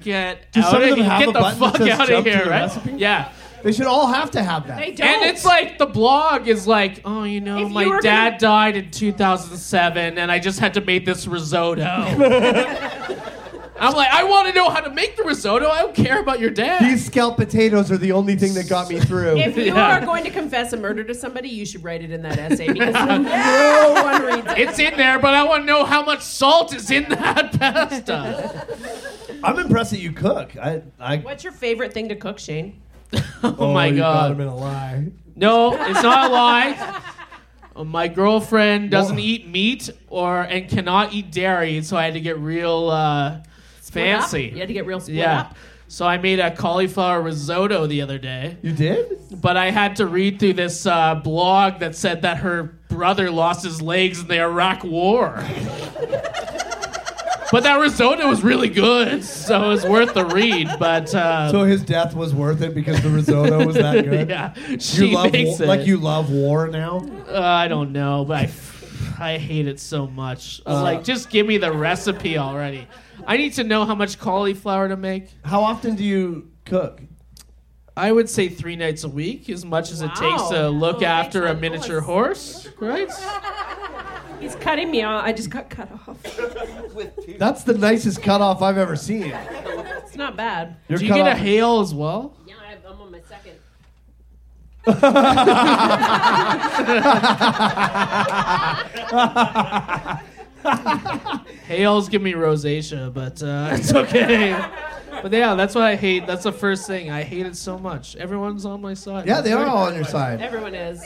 get
Do some of
out of
them
here,
have a
get the
button that
fuck
says
out of
jump to
here,
the
right?
recipe?
Yeah.
They should all have to have that.
They don't.
And it's like the blog is like, oh, you know,
If you
my
were
dad
gonna-
died in 2007, and I just had to make this risotto. I'm like, I want to know how to make the risotto. I don't care about your dad.
These scalloped potatoes are the only thing that got me through.
If you
Yeah.
are going to confess a murder to somebody, you should write it in that essay because no one reads it.
it's in there, but I want to know how much salt is in that pasta.
I'm impressed that you cook. I, I,
What's your favorite thing to cook, Shane?
oh, my
you got him
god!
in a lie.
No, it's not a lie. Uh, My girlfriend doesn't
Wha-
eat meat or and cannot eat dairy, so I had to get real uh,
Split up?
fancy.
You had to get real split
Yeah.
up.
So I made a cauliflower risotto the other day,
You did?
but I had to read through this uh, blog that said that her brother lost his legs in the Iraq War. but that risotto was really good, so it was worth the read. But uh,
So his death was worth it because the risotto was that good.
yeah, she
You love
makes
wa-
it.
like you love war now.
Uh, I don't know, but I, I hate it so much.
Uh,
I was like, just give me the recipe already. I need to know how much cauliflower to make.
How often do you cook?
I would say three nights a week, as much as it takes to
Wow.
look
Oh,
after a
thanks,
miniature
Alice.
horse, right?
He's cutting me off. I just got cut off.
That's the nicest cutoff I've ever seen.
It's not bad.
Your
Do you get a hail as well?
Yeah, I'm I'm on my second.
Hails give me rosacea, but uh, it's okay. but yeah, that's what I hate. That's the first thing I hate it so much. Everyone's on my side.
yeah, they
That's
are
right.
all on your side.
Everyone is.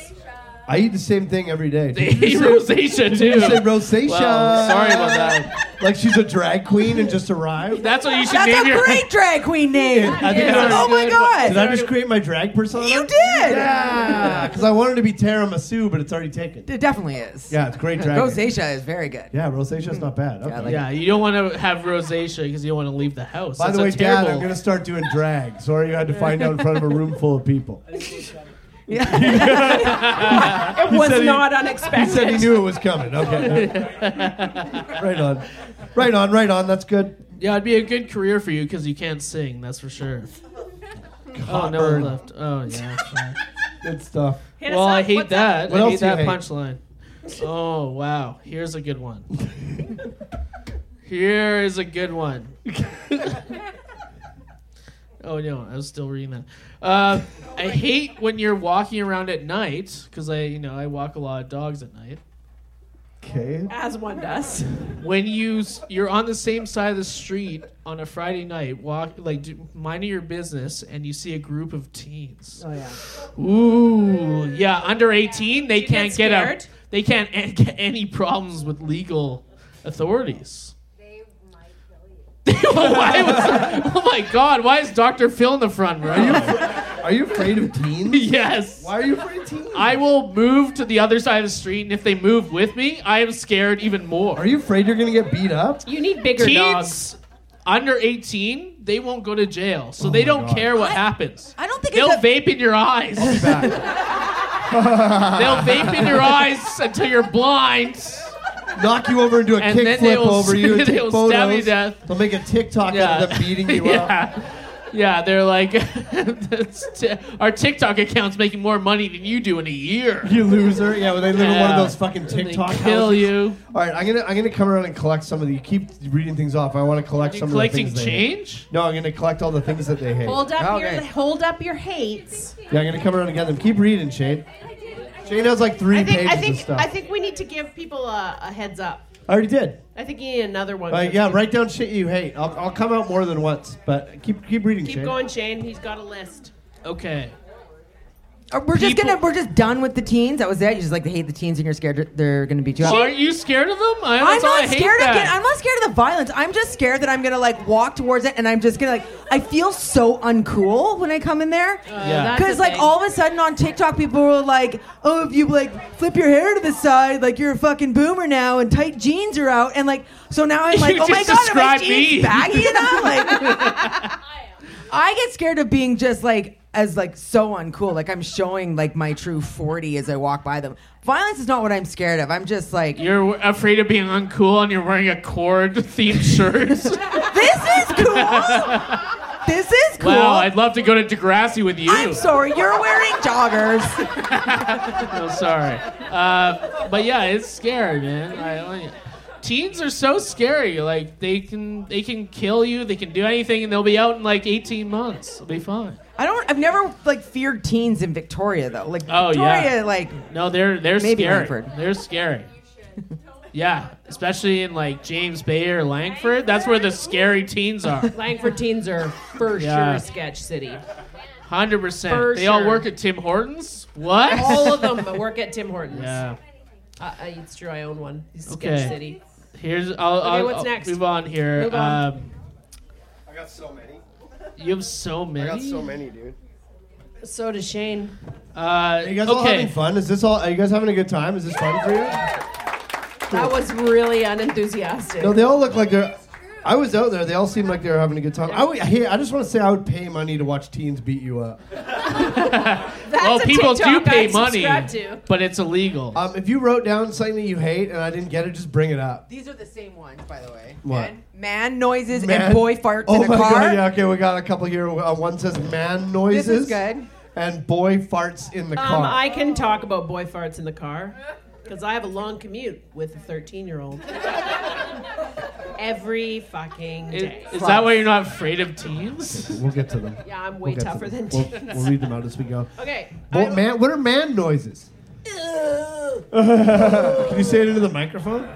I eat the same thing every day.
They hate rosacea too.
You said rosacea.
Wow, sorry about that.
Like she's a drag queen and just arrived.
That's what you should
That's
name
a
your.
great drag queen name.
I think
Yeah.
I-
Oh my
Did I
god.
just create my drag persona?
You did.
Yeah, because I wanted to be Tara Masu, but it's already taken.
It definitely is.
Yeah, it's great drag.
Rosacea is very good.
Yeah, rosacea's not bad. Okay.
Yeah, like-
Yeah, you don't want to have rosacea because you don't want to leave the house.
By
That's
the way,
a terrible...
Dad, I'm gonna start doing drag. Sorry, you had to find out in front of a room full of people.
It was
said he-
not
He
unexpected.
said he knew it was coming. Okay, right on, right on, right on. That's good.
Yeah, it'd be a good career for you because you can't sing. That's for sure. oh no, one
burn.
left. Oh yeah. sure.
Good stuff.
Hit us
well, I
up.
hate
What's up?
that.
What
I
else
hate
do you
that
hate?
punchline. Oh wow, here's a good one. Here is a good one. oh no, I was still reading that. Uh, I hate when you're walking around at night because I, you know, I walk a lot of dogs at night.
Okay.
As one does.
when you s- you're on the same side of the street on a Friday night, walk like do, minding your business, and you see a group of teens.
Oh yeah.
Ooh, yeah, under eighteen, they
You get
can't get,
scared?
a, they can't a- get any problems with legal authorities.
They might kill you.
why was, oh my God! Why is Doctor Phil in the front row?
Are you afraid of teens?
yes.
Why are you afraid of teens?
I will move to the other side of the street, and if they move with me, I am scared even more.
Are you afraid you're gonna get beat up?
You need bigger
teens
dogs.
under 18 they won't go to jail so they
Oh my
don't
God.
care what
I-
happens
I don't think
they'll
it's a,
vape in your eyes they'll
Back.
vape in your eyes until you're blind
Knock you over and do a
And then they
kickflip
will-
over you and
they
take
will
photos.
stab you to death.
They'll make a TikTok out of them beating you up.
yeah. yeah they're like "That's t- our tiktok account's making more money than you do in a year
You loser. Yeah, well, they live in one of
Yeah.
those fucking
And they
TikTok
kill
houses.
you
All right, I'm gonna I'm gonna come around and collect some of the. You keep reading things off. I want to collect
you
some
collecting
of the things. they hate.
change
No, I'm gonna collect all the things that they hate.
Hold up your
Okay.
hold up your hates.
Yeah, I'm gonna come around and get them. Keep reading, Shane. Shane has like three
I think
pages
I
of
think
stuff.
I think we need to give people a, a heads up.
I already did.
I think you need another one.
Uh, yeah, write down shit you hate. I'll, I'll come out more than once, but keep keep reading.
Keep
Shane.
going, Shane. He's got a list.
Okay.
Or we're just
People-
gonna we're just done with the teens. That was it. You just like to hate the teens and you're scared that they're gonna beat you up.
Aren't you scared of them? I,
I'm
that's all I
not
hate
scared
that.
of I'm not scared of the violence. I'm just scared that I'm gonna like walk towards it and I'm just gonna like I feel so uncool when I come in there.
Yeah.
That's
Because
a
like
thing.
all of a sudden on TikTok, people were like, "Oh, if you like flip your hair to the side, like you're a fucking boomer now, and tight jeans are out." And like, so now I'm like,
You
"Oh my
just
god, are my
described
jeans
me."
baggy enough?" Like, I get scared of being just like as like so uncool. Like I'm showing like my true 40 as I walk by them. Violence is not what I'm scared of. I'm just like,
You're afraid of being uncool and you're wearing a cord themed shirt.
"This is cool. this is cool."
Wow, I'd love to go to Degrassi with you.
I'm sorry, you're wearing joggers.
Oh, sorry. Uh, but yeah, it's scary, man. I, like- teens are so scary. Like they can they can kill you. They can do anything, and they'll be out in like 18 months. They'll be fine.
I don't. I've never like feared teens in Victoria though. Like
Oh, yeah.
Victoria, like
No, they're they're
Maybe
scary.
Langford.
They're scary. Yeah, especially in like James Bay or Langford. That's where the scary teens are.
Langford teens are for
Yeah.
sure sketch city.
Hundred percent.
For
They all
sure.
work at Tim Hortons. What?
All of them, but work at Tim Hortons.
Yeah.
Uh, uh, it's true. I own one. It's sketch
Okay.
city.
Here's. I'll, I'll,
what's
I'll
next?
move on here.
Move on.
Um,
I got so many.
you have so many.
many, dude.
So does Shane.
Uh,
Are you guys
okay.
all having fun? Is this all? Are you guys having a good time? Is this fun for you?
That was really unenthusiastic.
No, they all look like they're. I was out there. They all seemed like they were having a good time. I, would, hey, I just want to say I would pay money to watch teens beat you up.
That's
well,
a
people
TikTok
do pay
I
money,
subscribe To.
but it's illegal.
Um, if you wrote down something that you hate and I didn't get it, just bring it up.
these are the same ones, by the way.
What?
Man noises
Man-
and boy farts
oh
in a
my
car.
God, yeah, okay, we got a couple here. Uh, one says man noises.
This is good.
And boy farts in the
Um,
car.
I can talk about boy farts in the car because I have a long commute with a 13 year old every fucking
Is-
day.
is that why you're not afraid of teens?
we'll get to them.
yeah, I'm way
We'll get to
tougher than
them.
teens.
We'll, we'll read them out as we go.
okay.
Bo-
I-
man, what are man noises? Can you say it into the microphone?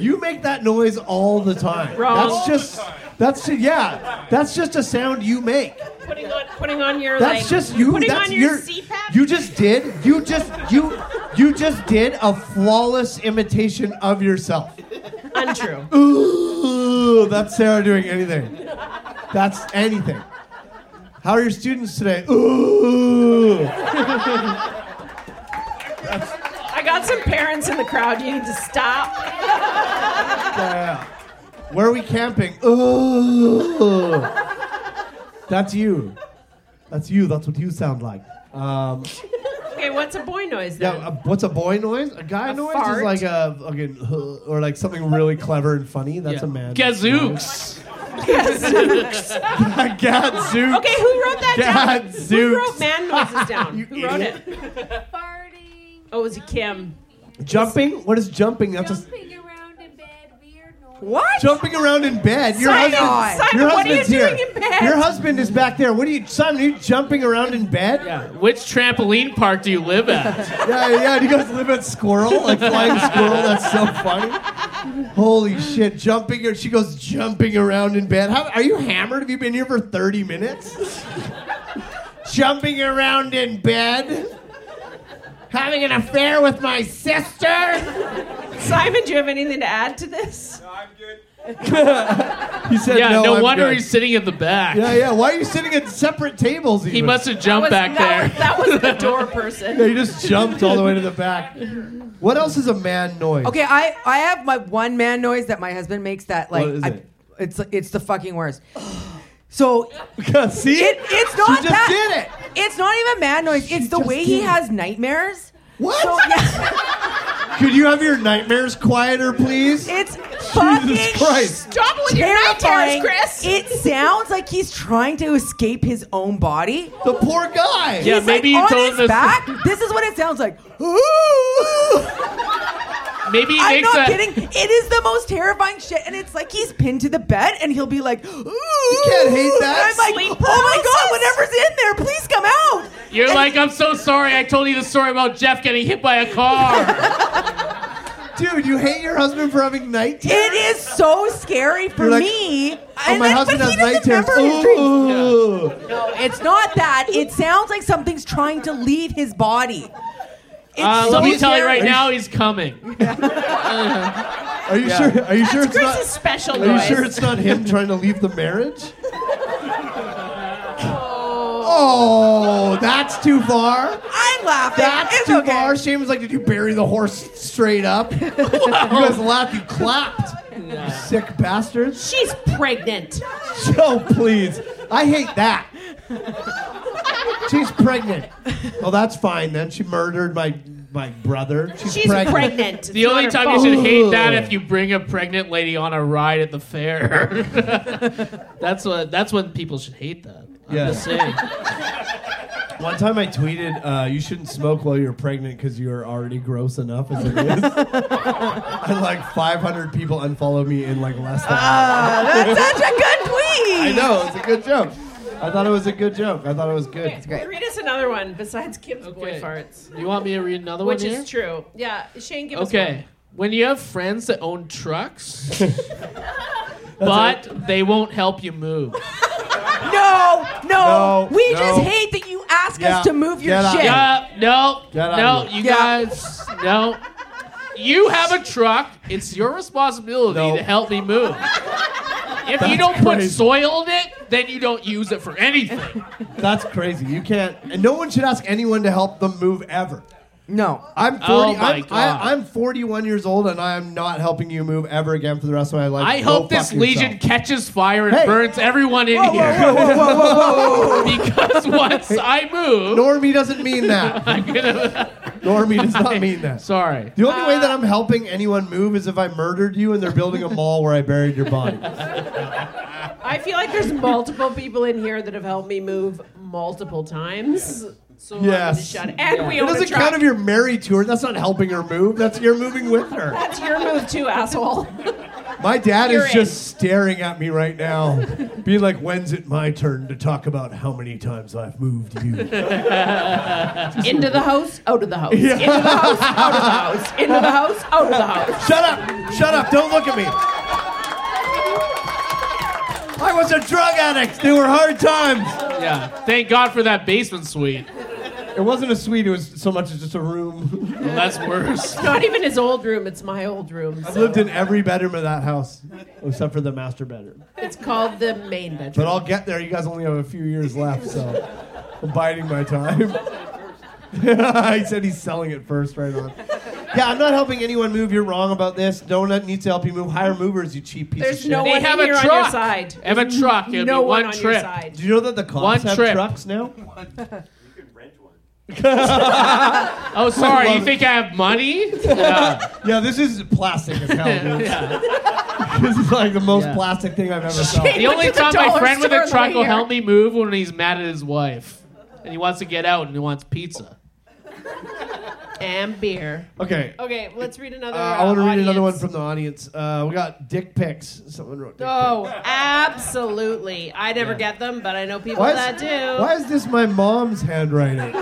you make that noise all the time.
Wrong.
That's just that's ju- yeah. That's just a sound you make.
putting on putting on your
That's
like,
just you.
putting
that's
on your,
your
CPAP.
You just did. You just you you just did a flawless imitation of yourself.
untrue.
Ooh, that's Sarah doing anything. That's anything. How are your students today? Ooh.
I got some parents in the crowd. You need to stop.
Yeah. Where are we camping? Ooh. That's you. That's you. That's what you sound like. Um,
Okay, what's a boy noise then?
yeah, a- what's a boy noise? A guy noise
fart.
is like a okay, or like something really clever and funny. That's a man.
Gazooks.
Gadzooks.
Okay, who wrote that down?
Gadzooks.
Who wrote man noises down?
You
who wrote
idiot.
it?
Farting.
Oh, it was Kim.
Jumping? What is jumping? That's a
Jumping around in bed. Weird noise.
What?
jumping around in bed. Your
Simon,
husband.
Simon,
your
what are you
husband's
doing
here.
in bed?
Your husband is back there. What are you, Simon? Are you jumping around in bed?
Yeah. Which trampoline park do you live at?
Yeah, yeah. Do you guys live at Squirrel? Like flying squirrel? That's so funny. Holy shit! Jumping. Or she goes jumping around in bed. How, are you hammered? Have you been here for thirty minutes? jumping around in bed. Having an affair with my sister.
Simon, do you have anything to add to this?
No, I'm good.
He said,
Yeah, no,
I'm
wonder
good."
he's sitting at the back.
Yeah, yeah. Why are you sitting at separate tables?
He
even?
must have jumped back
that,
there.
Was, that was the door
Yeah,
person.
you just jumped all the way to the back. What else is a man noise?
Okay, I I have my one man noise that my husband makes that like
What is
I,
it?
it's it's the fucking worst. So
see,
it it's not
she just
that
did it.
it's not even man noise. It's the
just
way he
did it.
has nightmares.
What?
So yeah,
Could you have your nightmares quieter, please?
it's fucking
Christ.
Stop with your nightmares,
terrifying.
Chris.
It sounds like he's trying to escape his own body.
The poor guy.
Yeah,
He's,
maybe you
like, on
told him
his
this.
back. This is what it sounds like. Ooh.
Maybe he
I'm
makes
not
a.
kidding. It is the most terrifying shit, and it's like he's pinned to the bed, and he'll be like, "Ooh." You
can't hate that.
I'm like,
Sleep
oh my god,
paralysis.
whatever's in there, please come out.
Uh, You're like, I'm so sorry. I told you the story about Jeff getting hit by a car.
Dude, you hate your husband for having night terrors?
It is so scary for
You're like,
me.
Oh,
and
my
then-
husband
but
has
he
night
doesn't
terrors.
remember his dreams.
Ooh.
No, it's not that. It sounds like something's trying to leave his body. It's
Uh,
so
let me tell you
scary.
right now, he's coming.
Are you sure? Are you sure it's
Chris's
not?
special
Are you
noise.
sure it's not him trying to leave the marriage? Oh, that's too far.
I'm laughing.
That's
it's
too
okay.
far. Shane was like, "Did you bury the horse straight up?" you guys laughed. You clapped. You sick bastards.
She's pregnant.
Joe, please. I hate that. She's pregnant. Well, that's fine then. She murdered my my brother. She's,
She's pregnant. It's
The
not
only
her
time
fault.
you should hate that
Ooh.
if you bring a pregnant lady on a ride at the fair. that's what. That's when people should hate that. I'm
Yeah.
just saying.
One time I tweeted, uh, "You shouldn't smoke while you're pregnant because you're already gross enough as it is." and like 500 people unfollowed me in like less than. an hour.
Uh, that's such a good tweet.
I know it's a good joke. I thought it was a good joke. I thought it was good.
great.
Read us another one besides Kim's boy
Okay.
farts,
You want me to read another
which
one here?
is true. Yeah, Shane, give us one.
Okay. When you have friends that own trucks, but they won't help you move.
No, no,
No,
we
no.
just hate that you ask
Yeah.
us to move your
Get out.
shit.
Yeah.
Uh, no,
Get out
no,
of here.
you
Yeah.
guys, no. You have a truck. It's your responsibility
No.
to help me move. If you don't put
crazy.
soil in it, then you don't use it for anything.
That's crazy. You can't. And no one should ask anyone to help them move ever.
No,
I'm 40.
Oh my
I'm,
God.
I, I'm 41 years old, and I am not helping you move ever again for the rest of my life.
I
Go
hope this
fuck
legion
yourself.
catches fire and
Hey.
burns everyone in here. because once I move,
Normie doesn't mean that.
I'm gonna.
Normie does not mean that.
Sorry.
The only way that
Uh,
I'm helping anyone move is if I murdered you and they're building a mall where I buried your body.
I feel like there's multiple people in here that have helped me move multiple times. So
Yes.
I'm gonna shut. And we
It
own a
doesn't
truck.
count if you're married to her. That's not helping her move. That's you're moving with her.
That's your move too, asshole.
My dad
You're
is just staring at me right now, being like, "When's it my turn to talk about how many times I've moved you?"
Into the house, out of the house. Into the house, out of the house. Into the house, out of the house.
Shut up! Shut up! Don't look at me. I was a drug addict. They were hard times.
Yeah. Thank God for that basement suite.
It wasn't a suite. It was so much as just a room.
Well, that's worse.
Not even his old room, it's my old room.
I've lived in every bedroom of that house, except for the master bedroom.
It's called the main bedroom.
But I'll get there. You guys only have a few years left, so I'm biding my time. he said he's selling it first, right on. Yeah, I'm not helping anyone move. You're wrong about this. No one needs to help you move. Hire movers, you cheap piece of
There's
shit.
no
They
one
have a
in here on your
truck.
side.
Have a truck. It'll
no
be
one
one,
on
trip.
your side.
Do you know that the cops
One
have
trip.
trucks now?
Oh, sorry.
love
You
it.
think I have money? Yeah.
Yeah, this is plastic as hell, dude.
Yeah.
this is like the most
Yeah.
plastic thing I've ever felt.
The only
Went to the
time my
dollar
friend with
store
a
on the
truck
way
will
here.
help me move when he's mad at his wife, and he wants to get out and he wants pizza.
And beer.
Okay. Uh,
Okay, let's read another.
I
uh,
want to read another one
audience.
from the audience. Uh, we got dick pics. Someone wrote dick
Oh, absolutely. I never get them, but I know people
Why
that
is,
do.
why is this my mom's handwriting?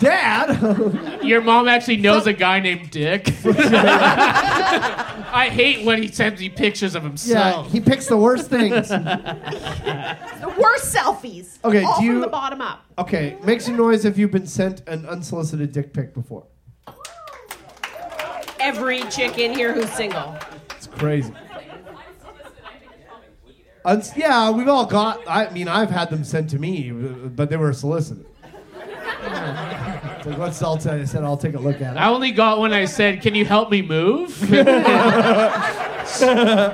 Dad!
Your mom actually knows a guy named Dick. I hate when he sends me pictures of
yeah,
himself.
he picks the worst things.
The worst selfies.
Okay,
all
do
from
you-
the bottom up.
Okay, make some noise if you've been sent an unsolicited dick pic before.
Every chick in here who's single.
It's crazy. Uns- yeah, we've all got. I mean, I've had them sent to me, but they were solicited. It's like, what's I'll tell you? I said, I'll take a look at it.
I only got one. I said, "Can you help me move?"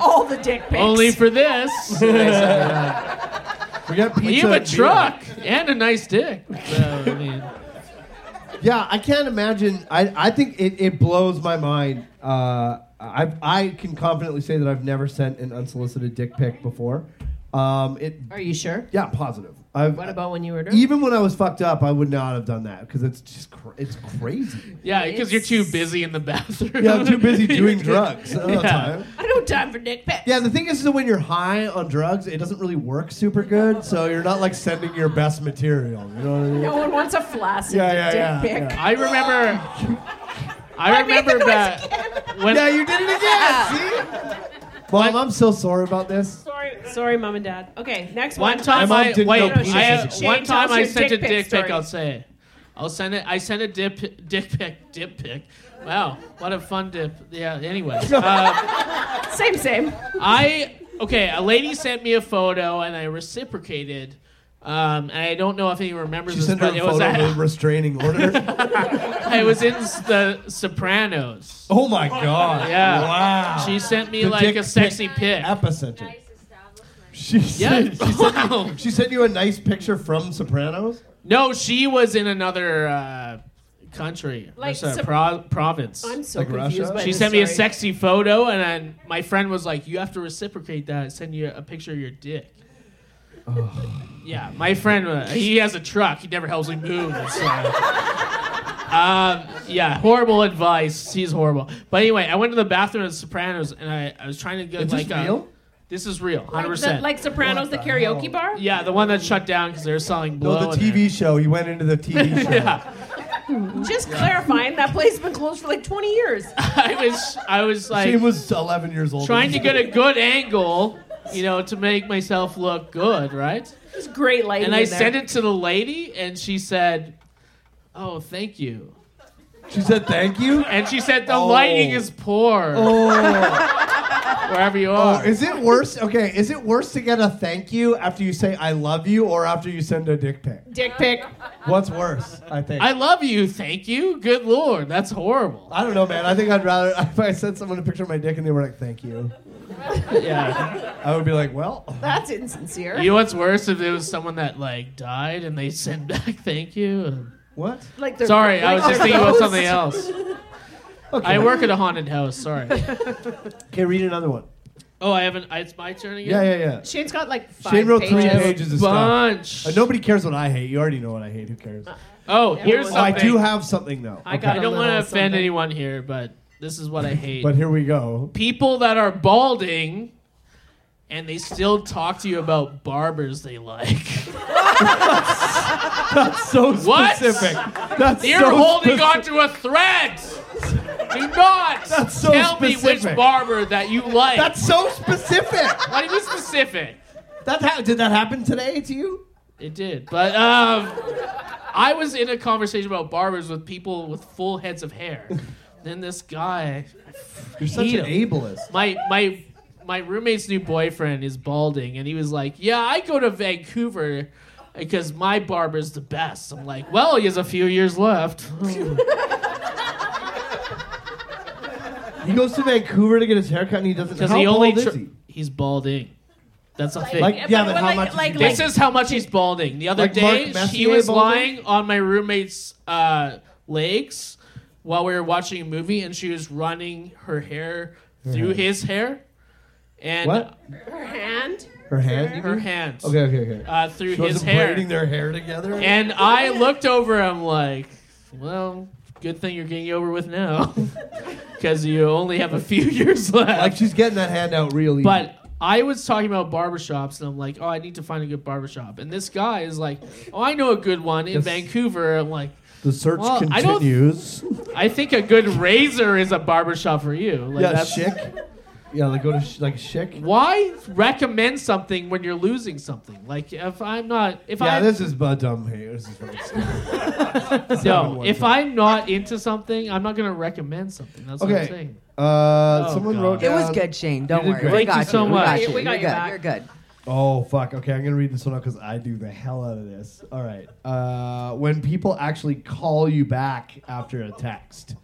All the dick pics.
only for this.
We got pizza.
You have a
and beer.
truck and a nice dick. So, I mean,
Yeah, I can't imagine. I, I think it, it blows my mind. Uh, I I can confidently say that I've never sent an unsolicited dick pic before. Um, it
Are you sure?
yeah, I'm positive. I've,
What about when you were drunk?
even when I was fucked up, I would not have done that because it's just cr- it's crazy.
yeah, because you're too busy in the bathroom.
Yeah, I'm too busy doing drugs. I don't have
Yeah.
time.
I don't have time for dick pics.
Yeah, the thing is that when you're high on drugs, it doesn't really work super good. So you're not like sending your best material. You know what I mean?
No one wants a flaccid
Yeah, yeah,
dick
yeah,
pic.
yeah.
I remember. I remember back when
Yeah, you did it again. See? Mom, I'm so sorry about this.
Sorry, sorry, mom and dad. Okay, next
One time
My mom
I
didn't
wait.
know penises
I,
existed.
one
Shane, tell
time
us
I
your
sent
dick
a
pic
dick pic.
story.
I'll say it. I'll send it. I sent a dip, dick pic. Dip pic. Wow, what a fun dip. Yeah. Anyway, uh,
Same, same.
I okay. A lady sent me a photo and I reciprocated. Um, and I don't know if anyone remembers
She
this,
sent her
but
a
it was
photo of
at,
a restraining order.
I was in s- the Sopranos.
oh my god.
Yeah.
Wow.
She sent me
The dick
like a
pic
sexy pic.
epicenter.
Nice establishment.
She
Yeah.
sent, she, sent, she sent you a nice picture from Sopranos.
no, she was in another uh, country,
Like
like
Sop-
pro- province.
I'm so
Like
confused.
Russia?
By
She
this
sent me a
story.
sexy photo, and then my friend was like, "You have to reciprocate that. I send you a picture of your dick." yeah, my friend, uh, he has a truck. He never helps me move. so- Um, yeah, horrible advice. He's horrible. But anyway, I went to the bathroom at Sopranos, and I, I was trying to get
Is
like
this real?
A, this is real, hundred
Like, the,
percent.
like Sopranos, the,
What the
karaoke
hell?
bar.
yeah, the one that shut down because they were selling
No,
blow.
Oh, the
in there.
TV show. You went into the TV show.
yeah.
Just clarifying, that place has been closed for like 20 years.
I was I was like
she was 11 years old.
trying to get a good angle, you know, to make myself look good, right?
It's great lighting.
And I
in there.
sent it to the lady and she said, "Oh, thank you."
She said thank you.
And she said the
Oh.
lighting is poor
Oh,
wherever you
oh,
are.
is it worse? Okay, is it worse to get a thank you after you say I love you or after you send a dick pic?
Dick pic.
What's worse? I think.
I
I,
love you, thank you. Good lord, that's horrible.
don't know, man. I think I'd rather if I sent someone a picture of my dick and they were like thank you,
Yeah.
I would be like, well,
That's insincere.
You know what's worse if it was someone that like died and they sent back thank you.
what?
Like they're-
Sorry, I
like
was just
they're
thinking about
ghosts.
something else.
Okay.
I work at a haunted house, sorry.
Okay, read another one.
Oh, I haven't it's my turn again.
Yeah, yeah, yeah.
Shane's got like five
Shane wrote
pages.
three pages of stuff.
bunch.
Uh, nobody cares what I hate. You already know what I hate. Who cares?
Oh, here's
Oh, I
something.
do have something though.
I
Okay.
got
I
a
don't
little
want to offend
something.
anyone here, but this is what I hate.
But here we go.
People that are balding and they still talk to you about barbers they like.
That's so
What?
specific. That's
You're
so
holding
specific.
on to a thread. Do not
That's so
tell me which
specific.
barber that you like.
That's so specific.
What do you mean specific?
That ha- did that happen today to you?
It did. But um, I was in a conversation about barbers with people with full heads of hair. Then this guy,
You're such
Hate
an
him.
ableist.
my my my roommate's new boyfriend is balding and he was like yeah i go to vancouver because my barber's the best i'm like well he has a few years left
He goes to Vancouver to get his haircut and he doesn't.
because
How
he
bald
only
is
tr-
he?
he's balding that's a thing
Like
Yeah,
yeah,
but
but how
like-
much?
like-
is
this
he
is how much he's balding the other
Like
day
Mark Messier
he was
balding?
lying on my roommate's uh, legs while we were watching a movie and she was running her hair through his hair and
what?
Her hand.
Her hand? you
her
mean?
hands
Okay, okay, okay.
uh, through
she
his
wasn't
hair
braiding their hair together.
And I looked over him like, well, good thing you're getting over with now. Because you only have a few years
like
left.
she's getting that hand out real easy.
But I was talking about barbershops, and I'm like, oh, I need to find a good barbershop. And this guy is like, oh, I know a good one in
Yes.
Vancouver. I'm like,
the search
well, I don't-
continues.
I think a good razor is a barbershop for you. Like,
yeah,
that's-
chic. Yeah, like go to sh- like chic.
Why recommend something when you're losing something? Like, if I'm not, if
Yeah,
I
this is but dumb hair. This is really stupid.
no,
Seven
if
one.
I'm not into something, I'm not gonna recommend something. That's what I'm
okay.
saying.
Uh,
Oh,
someone
God.
wrote.
It was
down-
good, Shane. Don't
did
worry.
great.
We
Thank you
got
so
We
much.
got you.
We got
You're
you
good.
back.
You're good.
Oh fuck! Okay, I'm gonna read this one out because I do the hell out of this. All right. Uh, when people actually call you back after a text,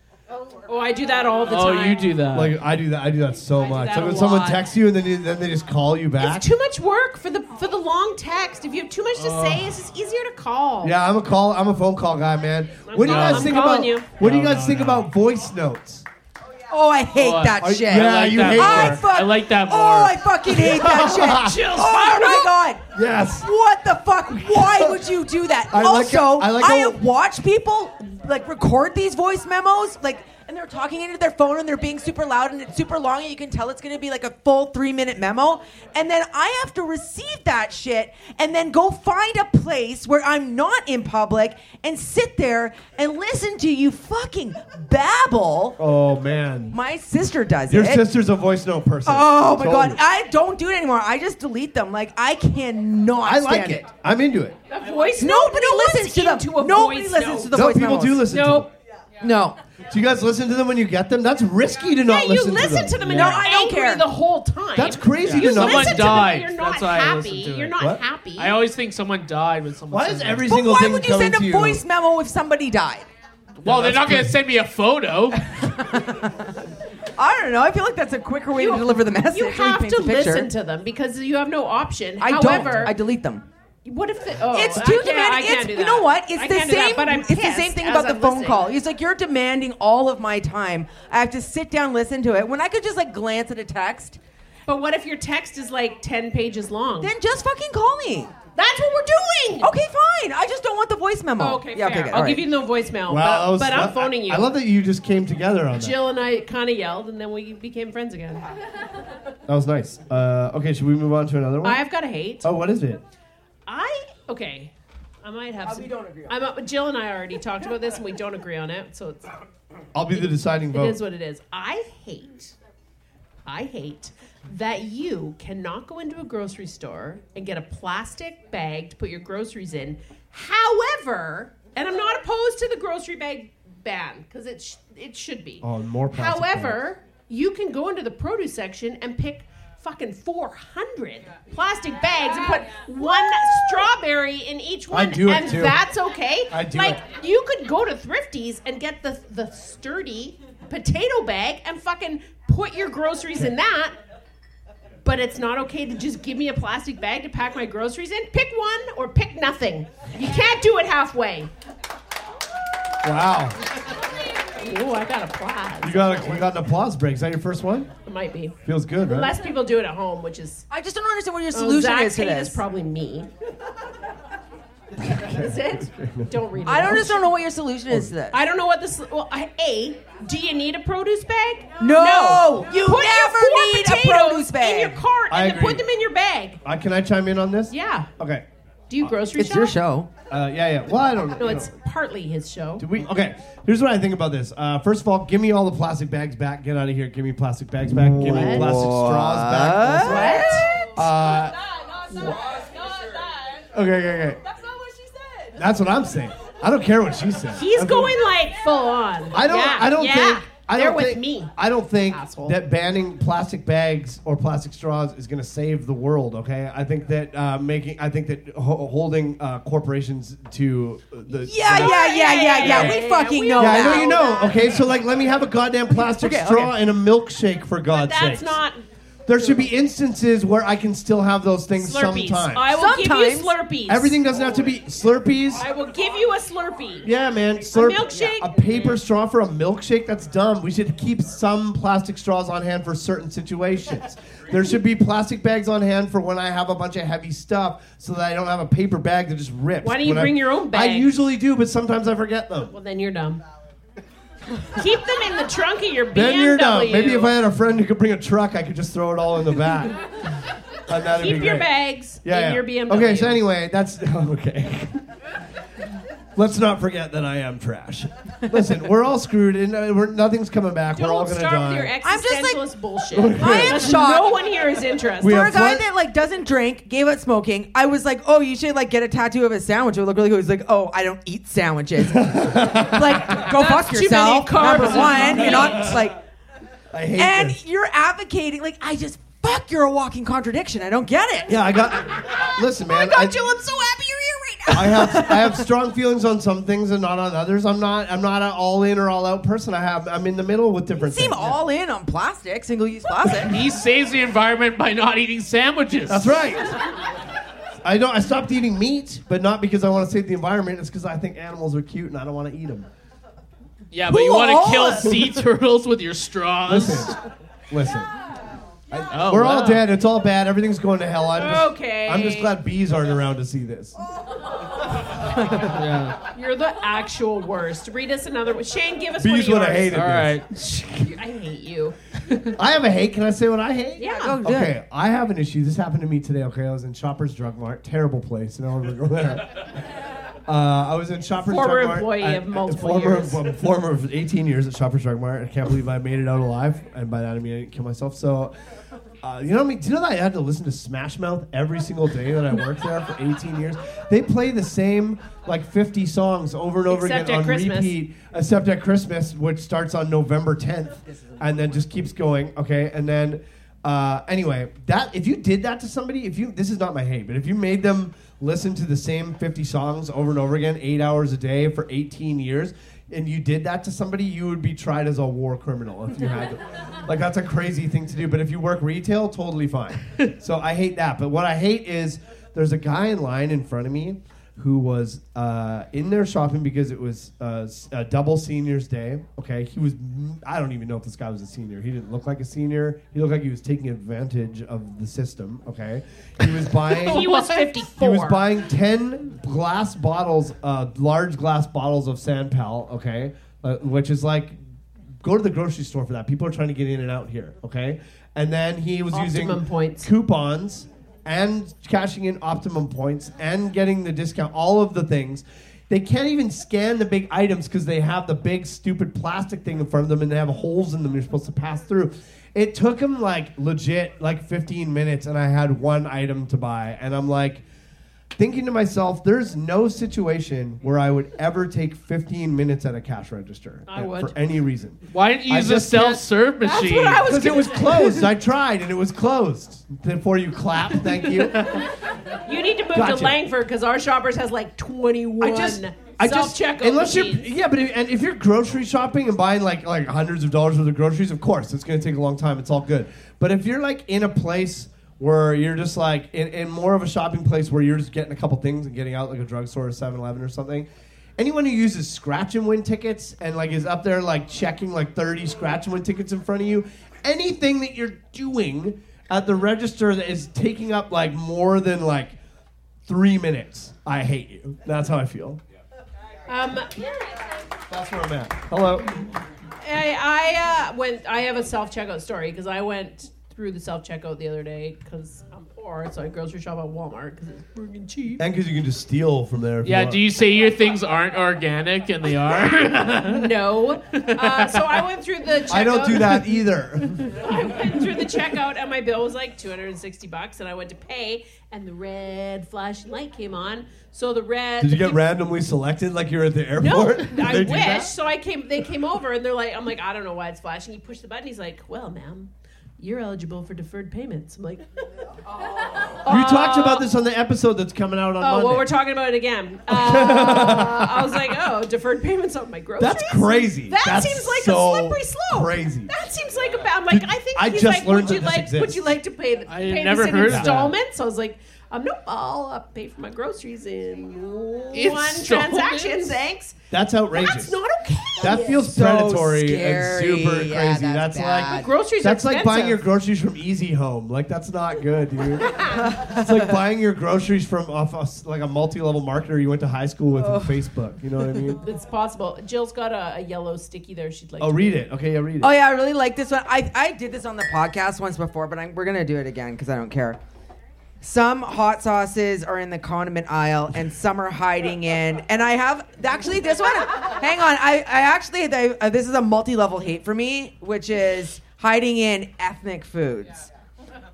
Oh, I do that all the
Oh,
time.
you do that.
like I do that, I do that so much.
that
like
a
when someone
lot.
texts you and then you, then they just call you back.
It's too much work for the for the long text. If you have too much to say, it's just easier to call.
yeah, I'm a call. I'm a phone call guy, man. What do you
calling-
guys
I'm
think
calling
about?
you.
What do you
No,
guys
no,
think
no.
about voice notes?
Oh, I hate
Oh,
that
are-
shit.
yeah,
I like
you
that
hate
more.
that.
I fuck.
I like that more.
Oh, I fucking hate that shit.
Chills
oh my god.
Yes.
What the fuck? Why would you do that?
I like-
also,
I like
I
how-
watch people like record these voice memos, like, and and they're talking into their phone and they're being super loud and it's super long and you can tell it's gonna be like a full three minute memo. And then I have to receive that shit and then go find a place where I'm not in public and sit there and listen to you fucking babble.
Oh man,
My sister does
your
it.
sister's a voice note person.
Oh my
Told
god,
you.
I don't do it anymore. I just delete them. Like I cannot.
I like
stand
it. I'm into it.
A voice
Nobody listens to them.
into a
Nobody
voice
listens
note.
to the
Some
voice
people do
memos.
listen.
Nope.
No,
Do you guys listen to them when you get them? That's risky to not
yeah, you
listen,
listen to them, and
Yeah.
you're
No, I don't
angry
care.
the whole time.
That's crazy
Yeah.
to not
Someone
listen
listen
to
died.
them.
To them,
That's
you're not
why I
happy.
listen to it.
You're not
What?
happy.
I always think someone died when someone.
Why
says
is
that.
every
but
single
why
thing
would you
coming
send
to
a
you?
voice memo if somebody died?
Well, they're not going to send me a photo.
I don't know. I feel like that's a quicker way to deliver the message.
You
when
have
paint
to
the picture.
listen to them because you have no option.
I
However,
don't. I delete them.
What if the, oh,
it's
I
too
can't- I
demanding.
can't
It's,
do
you
that.
know what? It's
I
the
can't
same.
do that, but I'm
it's the same
pissed
thing
as
about the
I'm
phone
listening.
call. It's like you're demanding all of my time. I have to sit down, listen to it. When I could just like glance at a text,
But what if your text is like ten pages long?
then just fucking call me.
that's what we're doing.
Okay, fine. I just don't want the voice memo.
Oh, okay, fair.
yeah, okay, good.
I'll
All
give
right.
you no voicemail,
Wow, that
but,
was-
but I'm
I-
phoning you.
I love that you just came together on that.
Jill and I kind of yelled, and then we became friends again.
That was nice. Uh, okay, should we move on to another one?
I've got a hate.
oh, what is it?
I okay. I might have. Some,
we don't agree on
I'm, uh, Jill and I already talked about this, and we don't agree on it. So it's, it
I'll be the deciding vote.
is what it is. I hate. I hate that you cannot go into a grocery store and get a plastic bag to put your groceries in. However, and I'm not opposed to the grocery bag ban because it sh- it should be.
Oh, more plastic
However, you can go into the produce section and pick fucking 400 plastic bags and put one strawberry in each one
do it
and
too.
that's okay
I do
like
it.
you could go to thrifties and get the the sturdy potato bag and fucking put your groceries in that but it's not okay to just give me a plastic bag to pack my groceries in pick one or pick nothing you can't do it halfway
Wow.
oh i got applause
You got, a, you got an applause break. Is that your first one?
it might be
Feels good, right?
less people do it at home which is
I just don't understand what your
Oh,
solution
Zach's
is to
hate is
this.
probably me. is it? Don't read it.
I
out.
don't just don't know what your solution is to this.
I don't know what this. Well, I- a. Do you need a produce bag?
No.
You
You
put
never
your four
need a
potatoes
produce bag.
in your cart
I
and then
agree.
put them in your bag.
Uh, can I chime in on this?
Yeah.
Okay.
Do you grocery
it's
shop?
your show.
Uh, yeah, yeah. Well, I don't
No,
you
it's
know.
partly his show.
Do we, okay, here's what I think about this. Uh, first of all, give me all the plastic bags back. Get out of here. Give me plastic bags back. Give me
What?
plastic straws back. Uh,
What?
Not that. Not that.
okay, okay, okay.
That's not what she said.
That's what I'm saying. I don't care what she says.
He's
I mean-
going like full on.
I don't.
Yeah,
I don't
yeah.
think. I
They're
don't
with
think,
me.
I don't think
Asshole.
that banning plastic bags or plastic straws is going to save the world. Okay, I think that uh, making. I think that ho- holding uh, corporations to uh, the.
Yeah,
the-
yeah, yeah, yeah, yeah.
yeah,
We
yeah,
fucking
we
know
Yeah, I
that.
know you know. Okay, so like, let me have a goddamn plastic
Okay, okay.
straw and a milkshake for God's sake.
That's not
There should be instances where I can still have those things
Slurpees.
sometimes.
I will give
Sometimes.
you Slurpees.
Everything doesn't have to be Slurpees.
I will give you a Slurpee.
Yeah, man. Slurp,
milkshake?
A paper straw for a milkshake? That's dumb. We should keep some plastic straws on hand for certain situations. there should be plastic bags on hand for when I have a bunch of heavy stuff so that I don't have a paper bag that just rips.
Why don't you
when I-
bring your
I
own bag?
usually do, but sometimes I forget them.
Well, then you're dumb. Keep them in the trunk of your BMW.
Then you're dumb. Maybe if I had a friend who could bring a truck, I could just throw it all in the back. And that'd be
keep your
great.
bags
Yeah,
in
yeah.
your BMW.
Okay, so anyway, that's okay. Let's not forget that I am trash. Listen, we're all screwed, and uh, we're, nothing's coming back.
don't
we're all gonna
start
die.
with your
I'm just like-
existentialist bullshit.
I am shocked.
No one here is interested.
We
For
have
a guy
fun-
that like doesn't drink, gave up smoking, I was like, "Oh, you should like get a tattoo of a sandwich. It would look really cool." He's like, "Oh, I don't eat sandwiches." like, go fuck
too many
yourself.
carbs
Number
in
one,
my
you're
diet.
not like,
I hate
and
this.
you're advocating like, I just fuck. You're a walking contradiction. I don't get it. Oh
Yeah, I got.
Oh
Listen, man. I,
I'm so happy you're here right now.
I have I have strong feelings on some things and not on others. I'm not I'm not an all in or all out person. I have I'm in the middle with different
seem
things.
all in on plastic, single use plastic.
He saves the environment by not eating sandwiches.
That's right. I don't. I stopped eating meat, but not because I want to save the environment. It's because I think animals are cute and I don't want to eat them.
Yeah, but you
Cool.
want to kill sea turtles with your straws.
Listen, listen.
Oh,
We're
wow.
all dead. It's all bad. Everything's going to hell. I'm just,
Okay.
I'm just glad bees aren't around to see this.
Yeah.
You're the actual worst. Read us another one. Shane, give us one.
Bees
of
would have
yours.
hated
All right.
I hate you.
I have a hate. Can I say what I hate?
Yeah.
Go do it.
Okay, I have an issue. This happened to me today. Okay, I was in Shoppers Drug Mart, terrible place. No one would go there. Uh, I was in Shoppers
Former
Drug Mart.
employee
at-
of multiple
former,
years.
um, former of 18 years at Shoppers Drug Mart. I can't believe I made it out alive, and by that I mean I didn't kill myself. So, uh, you know, what I mean, do you know that I had to listen to Smash Mouth every single day that I worked there for 18 years? They play the same like 50 songs over and over
Except
again
at
on
Christmas.
repeat, except at Christmas, which starts on November 10th, and then just keeps going. Okay, and then. Uh, anyway, that if you did that to somebody, if you this is not my hate, but if you made them listen to the same 50 songs over and over again, eight hours a day for 18 years, and you did that to somebody, you would be tried as a war criminal if you had to. like that's a crazy thing to do. But if you work retail, totally fine. so I hate that. But what I hate is there's a guy in line in front of me who was uh, in there shopping because it was uh, s- a double seniors day. Okay, he was. I don't even know if this guy was a senior. He didn't look like a senior. He looked like he was taking advantage of the system. Okay, he was buying.
He was
What?
54.
He was buying 10 glass bottles, uh, large glass bottles of San Pal, okay? Uh, which is like, go to the grocery store for that. People are trying to get in and out here, okay? And then he was
Optimum
using
points.
coupons and cashing in optimum points and getting the discount, all of the things. They can't even scan the big items because they have the big stupid plastic thing in front of them and they have holes in them you're supposed to pass through. It took him like legit like 15 minutes and I had one item to buy and I'm like thinking to myself, there's no situation where I would ever take 15 minutes at a cash register
I
uh,
would.
for any reason.
Why didn't you
I
use a
just can't-
self serve machine?
what I was
Because it was closed. I tried and it was closed. Before you clap, thank you.
You need to move to
Gotcha.
Langford because our shoppers has like 21
I just, I just
self checkout
unless you're
machines.
yeah, but if, and if you're grocery shopping and buying like like hundreds of dollars worth of groceries, of course it's going to take a long time. It's all good. But if you're like in a place where you're just like in, in more of a shopping place where you're just getting a couple things and getting out like a drugstore or 7-Eleven or something. Anyone who uses scratch and win tickets and like is up there like checking like 30 scratch and win tickets in front of you, anything that you're doing at the register that is taking up like more than like 3 minutes, I hate you. That's how I feel.
Um,
That's where I'm at. Hello.
I, I uh, went. I have a self checkout story because I went through the self checkout the other day because I'm poor, so I grocery shop at Walmart because it's freaking cheap.
And because you can just steal from there. If
yeah,
want.
do you say your things aren't organic and they are?
No, uh, so I went through the. Checkout.
I don't do that either.
I went through the checkout and my bill was like 260 bucks, and I went to pay, and the red flashing light came on. So the red.
Did you get
the-
randomly selected like you're at the
No,
airport? Did
I
they do
wish.
that?
So I came. They came over and they're like, I'm like, I don't know why it's flashing. He pushed the button. He's like, Well, ma'am, you're eligible for deferred payments. I'm like, "Oh,
You talked about this on the episode that's coming out on
Uh, Oh,
Monday.
well, we're talking about it again. Uh, I was like, Oh, deferred payments on my groceries.
that's crazy.
That
That's
seems like
so
a slippery slope.
Crazy.
That seems like a bad. I'm like,
Did-
I think
I
he's
just
like,
learned
would you
that this
like? Would you
exists.
like to pay the
I had
pay
never
this in
heard of that.
installments? I was like, um, nope, I'll uh, pay for my groceries in one
Installments?
transaction. Thanks.
That's outrageous.
That's not okay.
that feels
So
predatory and
scary.
super crazy.
Yeah,
that's
that's
like
bad.
groceries.
that's
are
like buying your
expensive.
groceries from Easy Home. Like that's not good, dude. it's like buying your groceries from off a s- like a multi-level marketer you went to high school with
Oh.
on Facebook. You know what I mean?
It's possible. Jill's got a, a yellow sticky there. She'd like.
Oh,
to
read it. Okay, yeah, read it.
Oh yeah, I really like this one. I I did this on the podcast once before, but I'm, we're gonna do it again because I don't care. Some hot sauces are in the condiment aisle, and some are hiding in. And I have actually this one. hang on, I I actually I, uh, this is a multi-level hate for me, which is hiding in ethnic foods.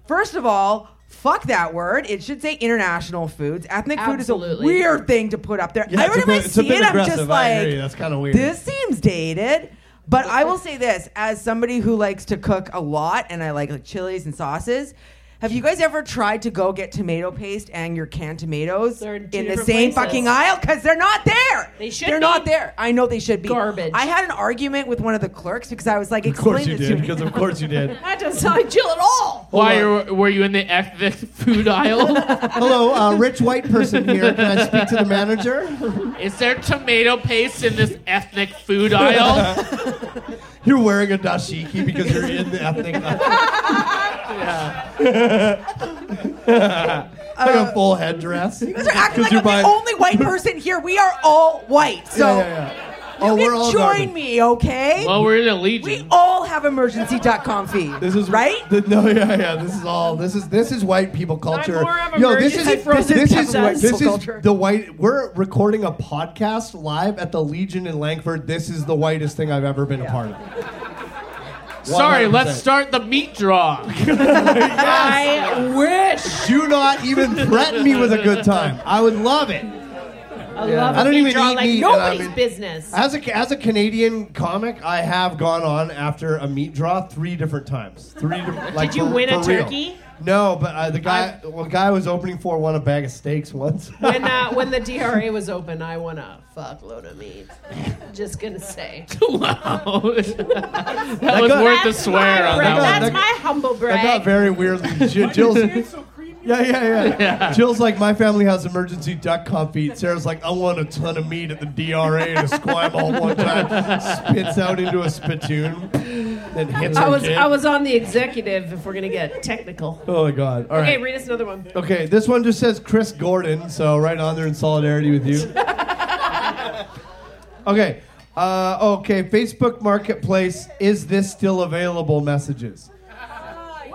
First of all. Fuck that word. It should say international foods. Ethnic food is a
Absolutely.
weird thing to put up there.
Yeah, it's a
Every time I
bit- it's a
see
bit
it, I'm just
aggressive. I
like,
agree. That's kinda weird.
This seems dated. But I will say this as somebody who likes to cook a lot and I like, like chilies and sauces. Have you guys ever tried to go get tomato paste and your canned tomatoes
They're in
in,
two
the
different
same
places.
fucking aisle? Because they're not there.
They should
They're
be.
not there. I know they should be.
Garbage.
I had an argument with one of the clerks because I was like,
Of course
explain
you
this
did,
to me.
because of course you did.
That doesn't sound like Jill at all.
Why
Hold
are, were you in the ethnic food aisle?
Hello, uh, rich white person here. Can I speak to the manager?
Is there tomato paste in this ethnic food aisle?
You're wearing a dashiki because you're in the ethnic.
Yeah.
like
uh,
a full headdress.
you guys are acting like I'm
buying-
the only white person here. We are all white, so
yeah, yeah, yeah. Oh,
you
we're all
can join
garbage.
me, okay?
Well, we're in a
we
legion.
all have emergency.com fee.
This is
right.
th- no, yeah, yeah. This is all. This is this is white people culture.
more of a
Yo, this
virgin than
is this,
frozen
this is
pizza.
white- this
Culture.
is the white. We're recording a podcast live at the Legion in Langford. This is the whitest thing I've ever been a part of.
Sorry,
100%.
let's start the meat draw.
I wish.
Do not even threaten me with a good time. I would love it.
I love
I don't
meat
even uh,
draw
eat
like
meat, and I'm
nobody's
in-
business.
As a, as a Canadian comic, I have gone on after a meat draw three different times. Three different. Like
Did you
for-
win a
for real.
turkey?
No, but uh, the guy, well, guy I was opening for won a bag of steaks once.
when uh, when the DRA was open, I won a fuckload of meat. Just gonna say.
wow. that, was
got-
worth the
That's
swear
my
on
that got-
that one.
brag. That's
That-
my humble brag.
That got very weirdly. Jill, Jill's, yeah, yeah, yeah, Jill's like, my family has emergency duck comp feet. Sarah's like, I want a ton of meat at the DRA and a squam all one time. Spits out into a spittoon, then hits
I
her
was
kid.
I was on the executive. If we're gonna get technical.
oh my god! All right.
Okay, read us another one.
Okay, this one just says Chris Gordon, so right on there in solidarity with you. okay, uh, okay, Facebook Marketplace, is this still available messages?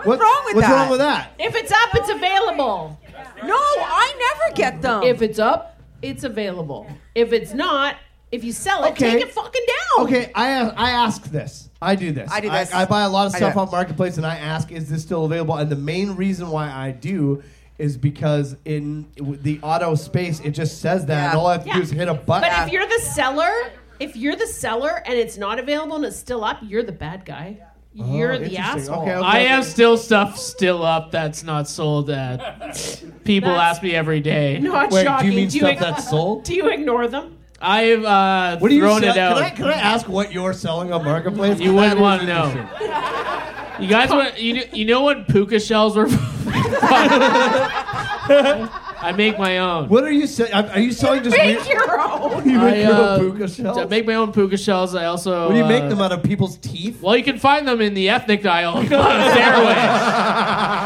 What's
wrong with
what's
that?
wrong with that?
If it's up, it's available.
No, I never get them.
If it's up, it's available. If it's not, if you sell it,
Okay.
take it fucking down.
Okay, I, I ask this. I do this.
I do this.
I, buy a lot of
I do
stuff
that.
on Marketplace and I ask, is this still available? And the main reason why I do is because in the auto space, it just says that. And
Yeah.
all I have to
Yeah.
do is hit a button.
But if you're the seller, if you're the seller and it's not available and it's still up, you're the bad guy. You're
Oh,
the
interesting.
asshole.
Okay, okay,
I
okay.
have still stuff still up that's not sold at. People
That's-
ask me every day.
Not
Wait,
shocking.
do you mean stuff
ig-
that's sold?
Do you ignore them?
I've uh,
What are you
thrown
selling?
it out.
Can I, can I ask what you're selling on Marketplace?
You wouldn't
That is
want to know.
interesting.
You guys want you, kn- you know what puka shells were? I make my own.
What are you selling? Are you selling just
Make
weird-
your own.
you make
I, uh,
little puka shells?
I make my own puka shells. I also
what do you make
uh,
them out of? People's teeth?
Well, you can find them in the ethnic aisle of Bunn's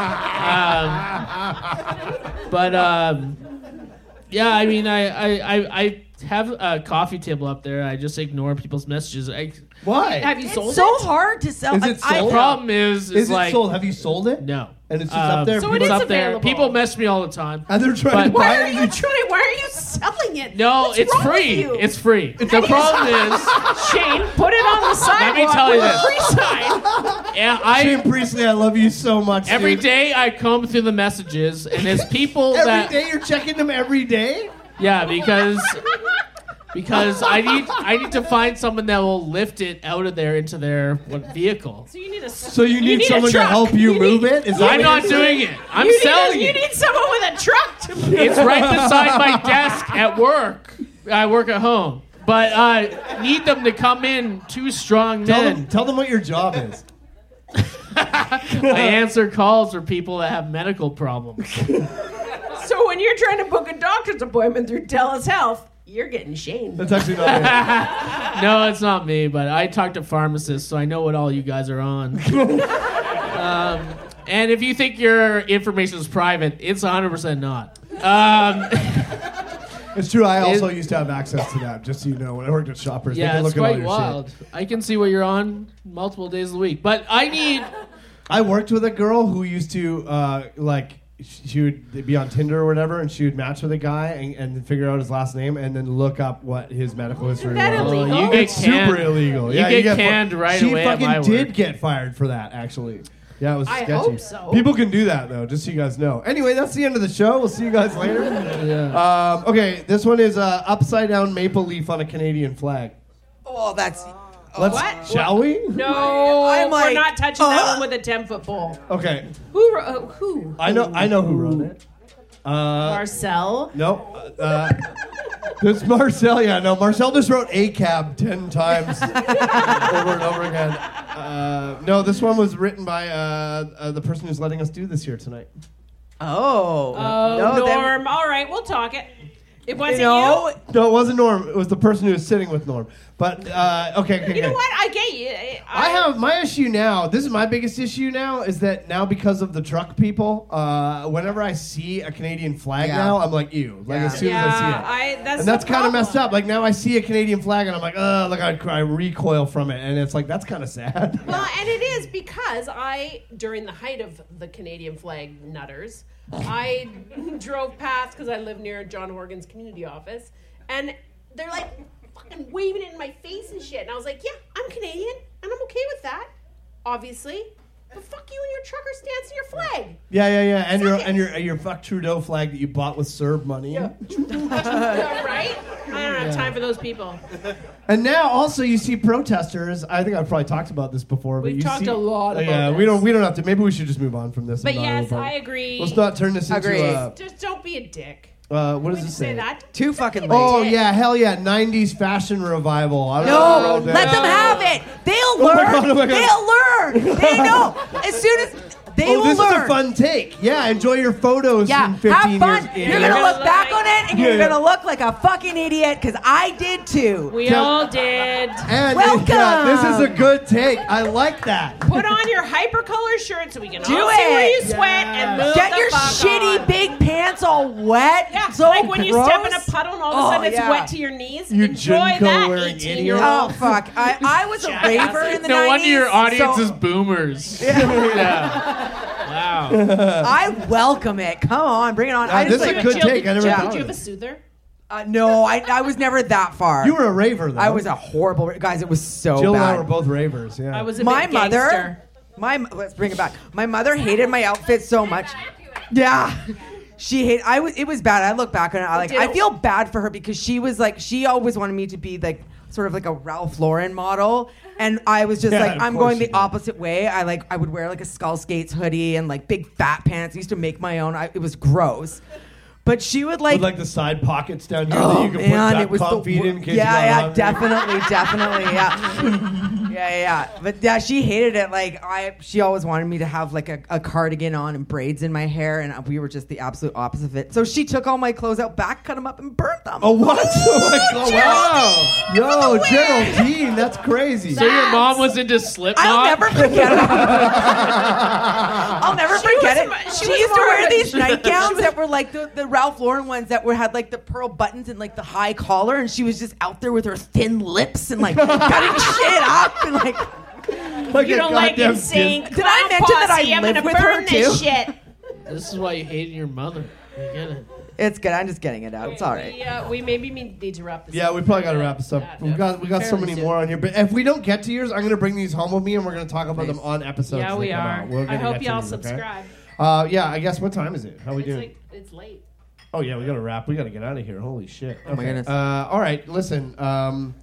Um,
Airways. Um, but um, yeah, I mean, I I, I, I have a coffee table up there. I just ignore people's messages. I,
Why?
Have you
It's
sold
so
it?
hard to sell.
Is it
I- I-
sold?
problem is, is,
Is it
like
sold? Have you sold it?
no,
And it's just up
Um,
there? So it
it's
is
up there.
available.
People mess me all the time.
And they're trying to buy
But-
Why are
it.
you trying? Why are you selling it?
No,
What's
it's
wrong with
free.
you?
It's free. The problem is,
Shane, put it on the
Let
sidewalk.
me tell you
with a
this.
Free sign.
yeah, I
Jim Priestley, I love you so much.
every
dude.
day I comb through the messages, and there's people
Every
that
day you're checking them every day?
Yeah, because because I need I need to find someone that will lift it out of there into their what, vehicle.
So you need a.
So you need,
need a
someone to
truck.
help you,
You
move
need-
it? Is that
I'm
what
not
you're
doing it. I'm
you need a-
selling
you
it.
need someone with a truck to.
It's right beside my desk at work. I work at home, but I need them to come in. Two strong
Tell them,
men.
tell them what your job is.
I answer calls for people that have medical problems.
So when you're trying to book a doctor's appointment through TELUS Health, you're getting shamed.
That's actually not it.
No, it's not me, but I talk to pharmacists, so I know what all you guys are on. um, and if you think your information is private, it's 100% not. Um,
It's true. I also used to have access to that, just so you know. When I worked at Shoppers, they
Yeah,
could look
it's
at all
quite
your shit.
wild. I can see what you're on multiple days of the week, but I need.
I worked with a girl who used to uh, like sh- she would be on Tinder or whatever, and she would match with a guy and, and figure out his last name, and then look up what his medical history
that
was.
illegal?
Oh, you get
It's super
canned.
illegal.
You
yeah,
get
you get
canned right
she
away at
fucking
my
did
work.
get fired for that, actually. Yeah, it was
I
sketchy.
hope so.
People can do that though, just so you guys know. Anyway, that's the end of the show. We'll see you guys later.
Yeah.
Um, okay, this one is uh, upside down maple leaf on a Canadian flag.
Oh, that's.
Let's,
What?
Shall we?
No,
I'm like,
we're not touching
uh?
that one with a ten foot pole.
Okay,
Who? wrote- Uh, who?
I know. I know who wrote it. Uh,
Marcel.
No. Uh, this Marcel, yeah, no. Marcel just wrote A cab 10 times over and over again. Uh, no, this one was written by uh, uh, the person who's letting us do this here tonight.
Oh.
Oh,
no, then-
Norm. All right, we'll talk it. It
you
wasn't
know,
No, it wasn't Norm. It was the person who was sitting with Norm. But, uh, okay, okay,
you. You know
okay.
what? I get you. I-
I have my issue now. This is my biggest issue now is that now because of the truck people, uh, whenever I see a Canadian flag
Yeah.
now, I'm like ew. Like
Yeah.
as soon as I see it.
yeah, I, that's
and that's
the
kind
problem.
of messed up. Like now I see a Canadian flag and I'm like, oh, look, I, I recoil from it, and it's like that's kind of sad.
Well, and it is because I, during the height of the Canadian flag nutters, I drove past because I live near John Horgan's community office, and they're like fucking waving it in my face and shit. And I was like, yeah, I'm Canadian, and I'm okay with that, obviously. But fuck you and your trucker stance and your flag.
Yeah, yeah, yeah. And your
Suck it.
and your and your fuck Trudeau flag that you bought with Serb money.
Yeah, right? I don't have time for those people.
And now also you see protesters. I think I've probably talked about this before. but
We've
you
talked
see-
a lot about
Yeah, we
this.
don't we don't have to. Maybe we should just move on from this.
But
and not
yes,
overpower-
I agree.
Let's not turn this into
Agree.
a.
Just don't be a dick.
Uh, what does
Would you
this
say
say?
that?
Too fucking late.
Oh yeah, hell yeah! '90s fashion revival. I don't know
No,
about
let
that.
them have it. They'll
my
learn.
God, oh my
They'll learn. They know. As soon as they
Oh,
will
this
learn.
is a fun take. Yeah, enjoy your photos.
yeah,
in 15
have fun.
Years.
You're
idiot.
gonna look back on it, and you're
Yeah.
gonna look like a fucking idiot because I did too.
We
Tell-
all did.
And
Welcome.
yeah, this is a good take. I like that.
Put on your hypercolor shirt so we can
Do
all see where you
it.
sweat and
Yes.
move
Get
the
your
fuck
shitty
on.
big pants all wet.
Yeah,
so
like when you step in a
gross.
puddle and all of a
Oh,
sudden it's
yeah.
wet to your knees.
You
Enjoy
Jinko
that,
wearing
eighteen year
Oh
old.
fuck! I, I was a raver in the
no
90s.
wonder your audience
so
is boomers. Yeah. Wow.
I welcome it. Come on, bring it on. I
Yeah,
just
this is
like,
a good
Jill,
take. I never
Jill,
thought
Did you
of
have a
it.
soother?
uh, no, I, I was never that far.
You were a raver though.
I was a horrible ra- guys. It was so
Jill and I
bad.
were both ravers. Yeah.
I was a
my
big
mother
gangster.
my m- let's bring it back my mother hated my outfit so much yeah she hate i was it was bad i look back on it i like
did.
i feel bad for her because she was like she always wanted me to be like sort of like a ralph lauren model and i was just
Yeah,
like
of
i'm
course
going
you
the
did.
opposite way i like i would wear like a skull skates hoodie and like big fat pants i used to make my own I, it was gross but she would like
With like the side pockets down here that
Oh,
you can
man, it
put
was
duck
the
confit
wor-
in. in case you got
yeah, yeah,
hungry.
definitely, definitely, yeah, yeah, yeah. yeah. But yeah, she hated it. Like I, she always wanted me to have like a, a cardigan on and braids in my hair, and we were just the absolute opposite of it. So she took all my clothes out back, cut them up, and burnt them.
Oh what? Oh my God,
wow.
wow. Yo, Geraldine, that's crazy.
So your mom was into Slipknot.
I'll never forget it. I'll never
was
forget it.
mu-
She,
she was
used to wear
hard.
these nightgowns that were like the, the Ralph Lauren ones that were had like the pearl buttons and like the high collar, and she was just out there with her thin lips and like cutting shit up and like.
like
You
a
don't like
goddamn
it sink.
Did I mention that I
am
live
gonna
with
burn
her
this
too?
shit.
This is why you hated your mother. You get it.
It's good. I'm just getting it out. It's all right.
We, uh, we maybe me- need to wrap this
Yeah,
up.
we probably got to wrap this up.
Yeah,
We've got we got so
fairly
many
soon.
more on here, but if we don't get to yours, I'm gonna bring these home with me, and we're gonna talk about them on episodes.
Yeah,
that
we
come
are.
out. We're
I
gonna
hope
get to
y'all
these, okay?
subscribe.
Uh, yeah, I guess. What time is it? How we
It's
doing?
like it's late.
Oh yeah, we gotta wrap. We gotta get out of here. Holy shit! Oh
my goodness.
Uh, all right, listen. Um,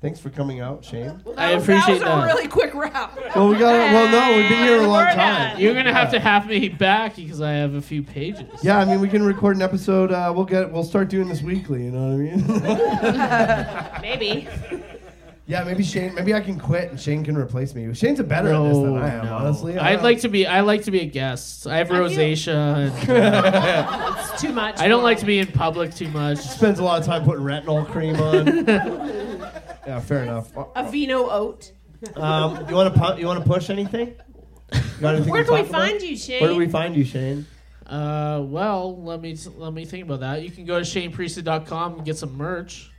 thanks for coming out, Shane.
Well,
I appreciate
That was
that.
a really quick wrap.
Well, we got. Well, no, we've been here a long
We're
time.
done.
You're gonna have to have me back because I have a few pages.
Yeah, I mean, we can record an episode. Uh, we'll get. We'll start doing this weekly. You know what I mean?
Maybe.
yeah, maybe Shane. Maybe I can quit and Shane can replace me. Shane's a better at this
No,
than I am.
no.
Honestly, Uh, I
I'd
don't-
like to be. I like to be a guest. I have
Have you-
rosacea. and, uh,
It's too much.
I don't like to be in public too much.
spends a lot of time putting retinol cream on. yeah, fair enough.
a vino oat.
Um, you want to pu- you want to push anything? You got anything
Where
to
can we
talk about?
find you, Shane?
Where do we find you, Shane?
Uh, well, let me let me think about that. You can go to shanepriestley.com and get some merch.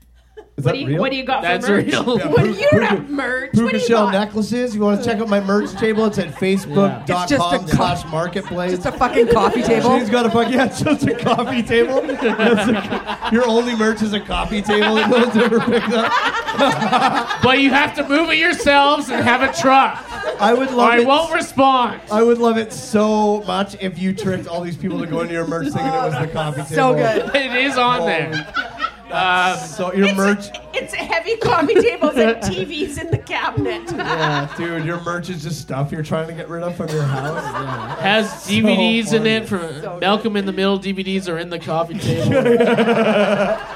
Is
What
that
do you,
real?
what do you got
That's
for merch?
real.
Yeah,
What do
Puka-
you don't
Puka-
have merch? What
Puka
do you
shell
got?
necklaces. You want to check out my merch table? It's at
Yeah.
It's just a
facebook.com
cup.
slash marketplace.
Just a fucking coffee table.
Shane's got a fuck yeah, it's just a coffee table. That's a- your only merch is a coffee table that no one's ever picked up.
But you have to move it yourselves and have a truck.
I would
Or
love
I
it.
won't respond.
I would love it so much if you tricked all these people to go into your merch thinking it was the coffee table.
So good.
It is on there. Um,
So your merch,
It's heavy coffee tables and TVs in the cabinet.
yeah, dude, your merch is just stuff you're trying to get rid of from your house.
has DVDs in
funny.
it from Malcolm in the Middle. DVDs are in the coffee table.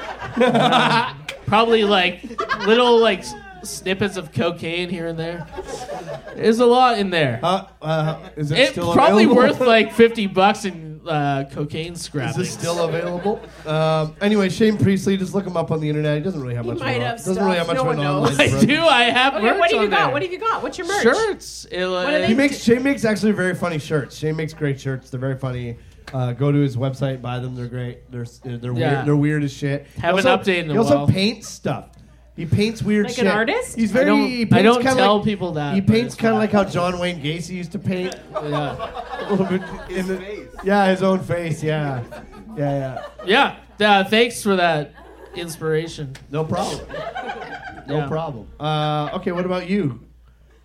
Um, probably like little like s- snippets of cocaine here and there. There's a lot in there.
Uh, uh, is it
It's
still
probably
available?
worth like 50 bucks in uh, cocaine
Is
scrapping.
this still available? Um, anyway, Shane Priestley, just look him up on the internet. He doesn't really have
He
much.
might
of an-
have
doesn't really have much
stuff. No
of an
one knows.
online
I do. I have
Okay,
merch
what have
on
you got?
there.
What have you got? What's your merch?
Shirts. It,
do they
He makes Shane makes actually very funny shirts. Shane makes great shirts. They're very funny. Uh, go to his website, buy them. They're great. They're s- they're
Yeah.
weird. They're weird as shit. He
Haven't
also-
updated in a
He also
while.
paints stuff. He paints weird
Like
shit.
an artist?
He's
I
very.
don't-
he
I
paints
don't
kinda
tell
like-
people that,
He
but
paints
it's
kind of
fine.
like how John Wayne Gacy used to paint.
yeah.
a little bit. in the, Yeah, his own face. Yeah, yeah, yeah.
yeah. Uh, thanks for that inspiration.
No problem. No
Yeah.
problem. Uh, okay, what about you? Do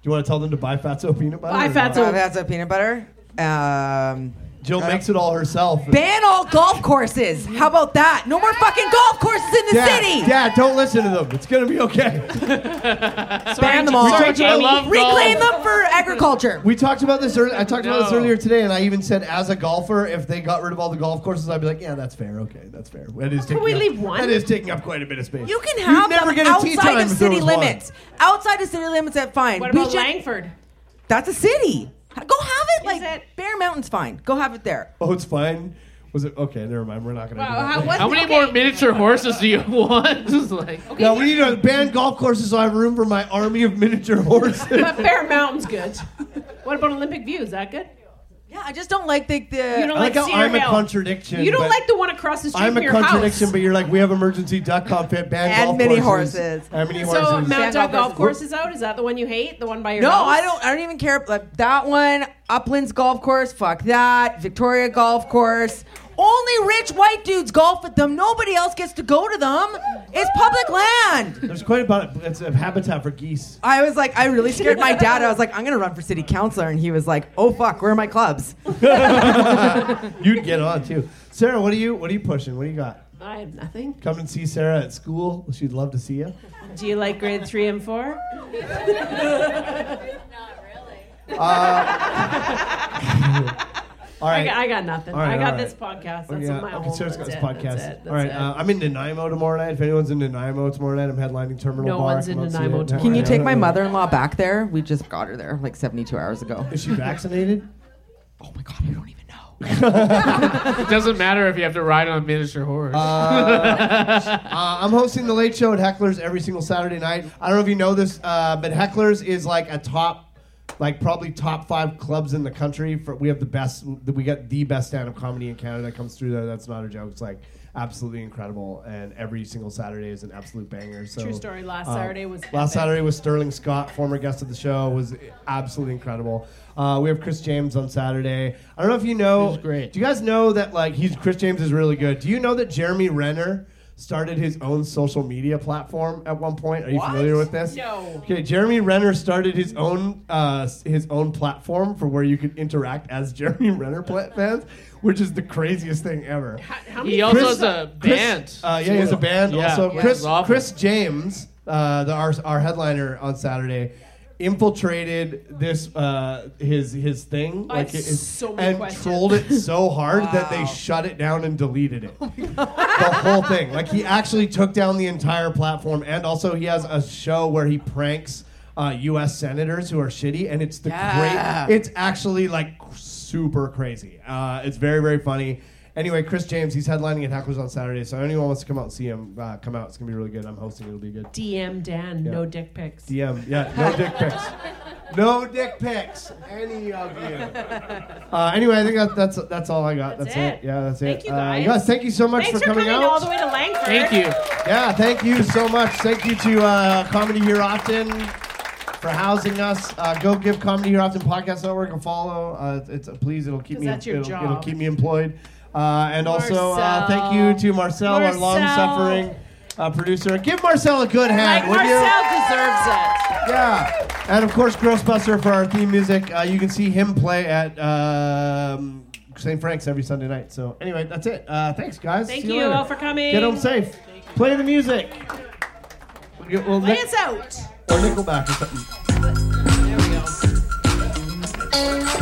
you want to tell them to buy Fatso peanut butter?
Buy
or not?
Fatso-
Uh, that's a peanut butter. Um,
Jill makes it all herself.
ban all golf courses. How about that? No more fucking golf courses in the
Dad,
city.
Dad, don't listen to them. It's gonna be okay.
Ban them all.
Sorry, I Jamie. love golf.
Reclaim them for agriculture.
We talked about this. Earlier. I talked about this
No.
earlier today, and I even said, as a golfer, if they got rid of all the golf courses, I'd be like, yeah, that's fair. Okay, that's fair. It is taking
we
up,
leave one?
That is taking up quite a bit of space.
You can
You'd
have
never
them
get a tee time
outside of
if there
city
was one.
limits. Outside of city limits, that's fine.
What
We
about
should-
Langford?
That's a city. Go have it.
Is
Like
it-
Bear Mountain's fine. Go have it there.
Oh, it's fine. Was it okay? Never mind. We're not gonna. do
Wow,
that.
how, what's,
How many
okay.
more miniature horses do you want? Just like
No, we need to ban golf courses so I have room for my army of miniature horses.
But Bear Mountain's good. What about Olympic View? Is that good?
Yeah, I just don't like the. the
You don't
I like
like
how
Cedar
I'm a
Hill.
contradiction.
You don't
but
like the one across the street
I'm
from
a
your
contradiction,
house.
but you're like, we have emergency.com fit ban
And
golf
mini horses.
And mini
so
horses.
Mount
Sand
Dog
golf
Golf
courses.
Course is out. Is that the one you hate? The one by your
no,
house?
I don't. I don't even care. Like that one, Uplands Golf Course. Fuck that. Victoria Golf Course. Only rich white dudes golf at them. Nobody else gets to go to them. It's public land.
There's quite about it's a habitat for geese.
I was like, I really scared my dad. I was like, I'm gonna run for city councilor, and he was like, Oh fuck, where are my clubs?
You'd get on too. Sarah, what are you what are you pushing? What do you got?
I have nothing.
Come and see Sarah at school. She'd love to see you.
Do you like grade three and four?
Not really.
Uh, All
I
right.
got, I got nothing.
All right,
I got
all
this
right.
podcast.
Oh,
That's
yeah.
my
okay,
home.
Sarah's got this
That's it.
podcast.
That's it. That's
All right,
it.
uh, I'm in Nanaimo tomorrow night. If anyone's in Nanaimo tomorrow night, I'm headlining Terminal
No
Bar.
one's in
Come out and see
Nanaimo
it.
tomorrow
Can you
Yeah.
take my mother-in-law back there? We just got her there like 72 hours ago.
Is she vaccinated?
Oh my god, I don't even know.
it doesn't matter if you have to ride on a miniature horse.
Uh, I'm hosting the Late Show at Heckler's every single Saturday night. I don't know if you know this, uh, but Heckler's is like a top, like probably top five clubs in the country. For we have the best, we got the best stand-up comedy in Canada that comes through there. That's not a joke. It's like absolutely incredible, and every single Saturday is an absolute banger. So
True story. Last
uh,
Saturday was.
Last
epic.
Saturday was Sterling Scott, former guest of the show, was absolutely incredible. Uh, we have Chris James on Saturday. I don't know if you know.
He's great.
Do you guys know that like he's Chris James is really good? Do you know that Jeremy Renner started his own social media platform at one point? Are you familiar with this?
No.
Okay, Jeremy Renner started his own uh, s- his own platform for where you could interact as Jeremy Renner pla- fans, which is the craziest thing ever.
How many
he also
Chris-
has a
Chris-
band.
Uh, yeah, he has a band
Yeah.
also.
Yeah.
Chris,
Robin.
Chris James, uh, the, our, our headliner on Saturday, infiltrated this uh, his his thing
I have
his-
so many
and
questions.
trolled it so hard that they shut it down and deleted it.
Oh
the whole thing. Like he actually took down the entire platform, and also he has a show where he pranks. Uh, U.S. senators who are shitty, and it's the
Yeah.
great. It's actually like super crazy. Uh, it's very very funny. Anyway, Chris James, he's headlining at Hackers on Saturday, so anyone wants to come out and see him, uh, come out. It's gonna be really good. I'm hosting. It'll be good.
DM Dan, no dick pics.
DM. Yeah, no dick pics. No dick pics. Any of you. Uh, anyway, I think that, that's that's all I got. That's,
That's
it.
it.
Yeah, that's
Thank
it.
you,
Uh,
guys.
thank you so much
Thanks for,
coming,
coming
out.
all the way to Langford.
Thank you.
Yeah, thank you so much. Thank you to uh, Comedy Here Often for housing us. Uh, go give Comedy Here Often Podcast Network a follow. Uh, it's uh, please, it'll keep
'Cause
me
that's your
it'll,
job.
it'll keep me employed. Uh, and also, uh,
Marcel.
thank you to Marcel, our
Marcel.
long-suffering uh, producer. Give Marcel a good hand,
Like
would you?
Marcel deserves it.
Yeah. And of course, Grossbuster for our theme music. Uh, you can see him play at um, St. Frank's every Sunday night. So, anyway, that's it. Uh, thanks, guys.
Thank
See you,
you
later.
all for coming.
Get home safe. Play the music. We'll, we'll
Play
Nick-
us out.
or Nickelback or something.
There we go.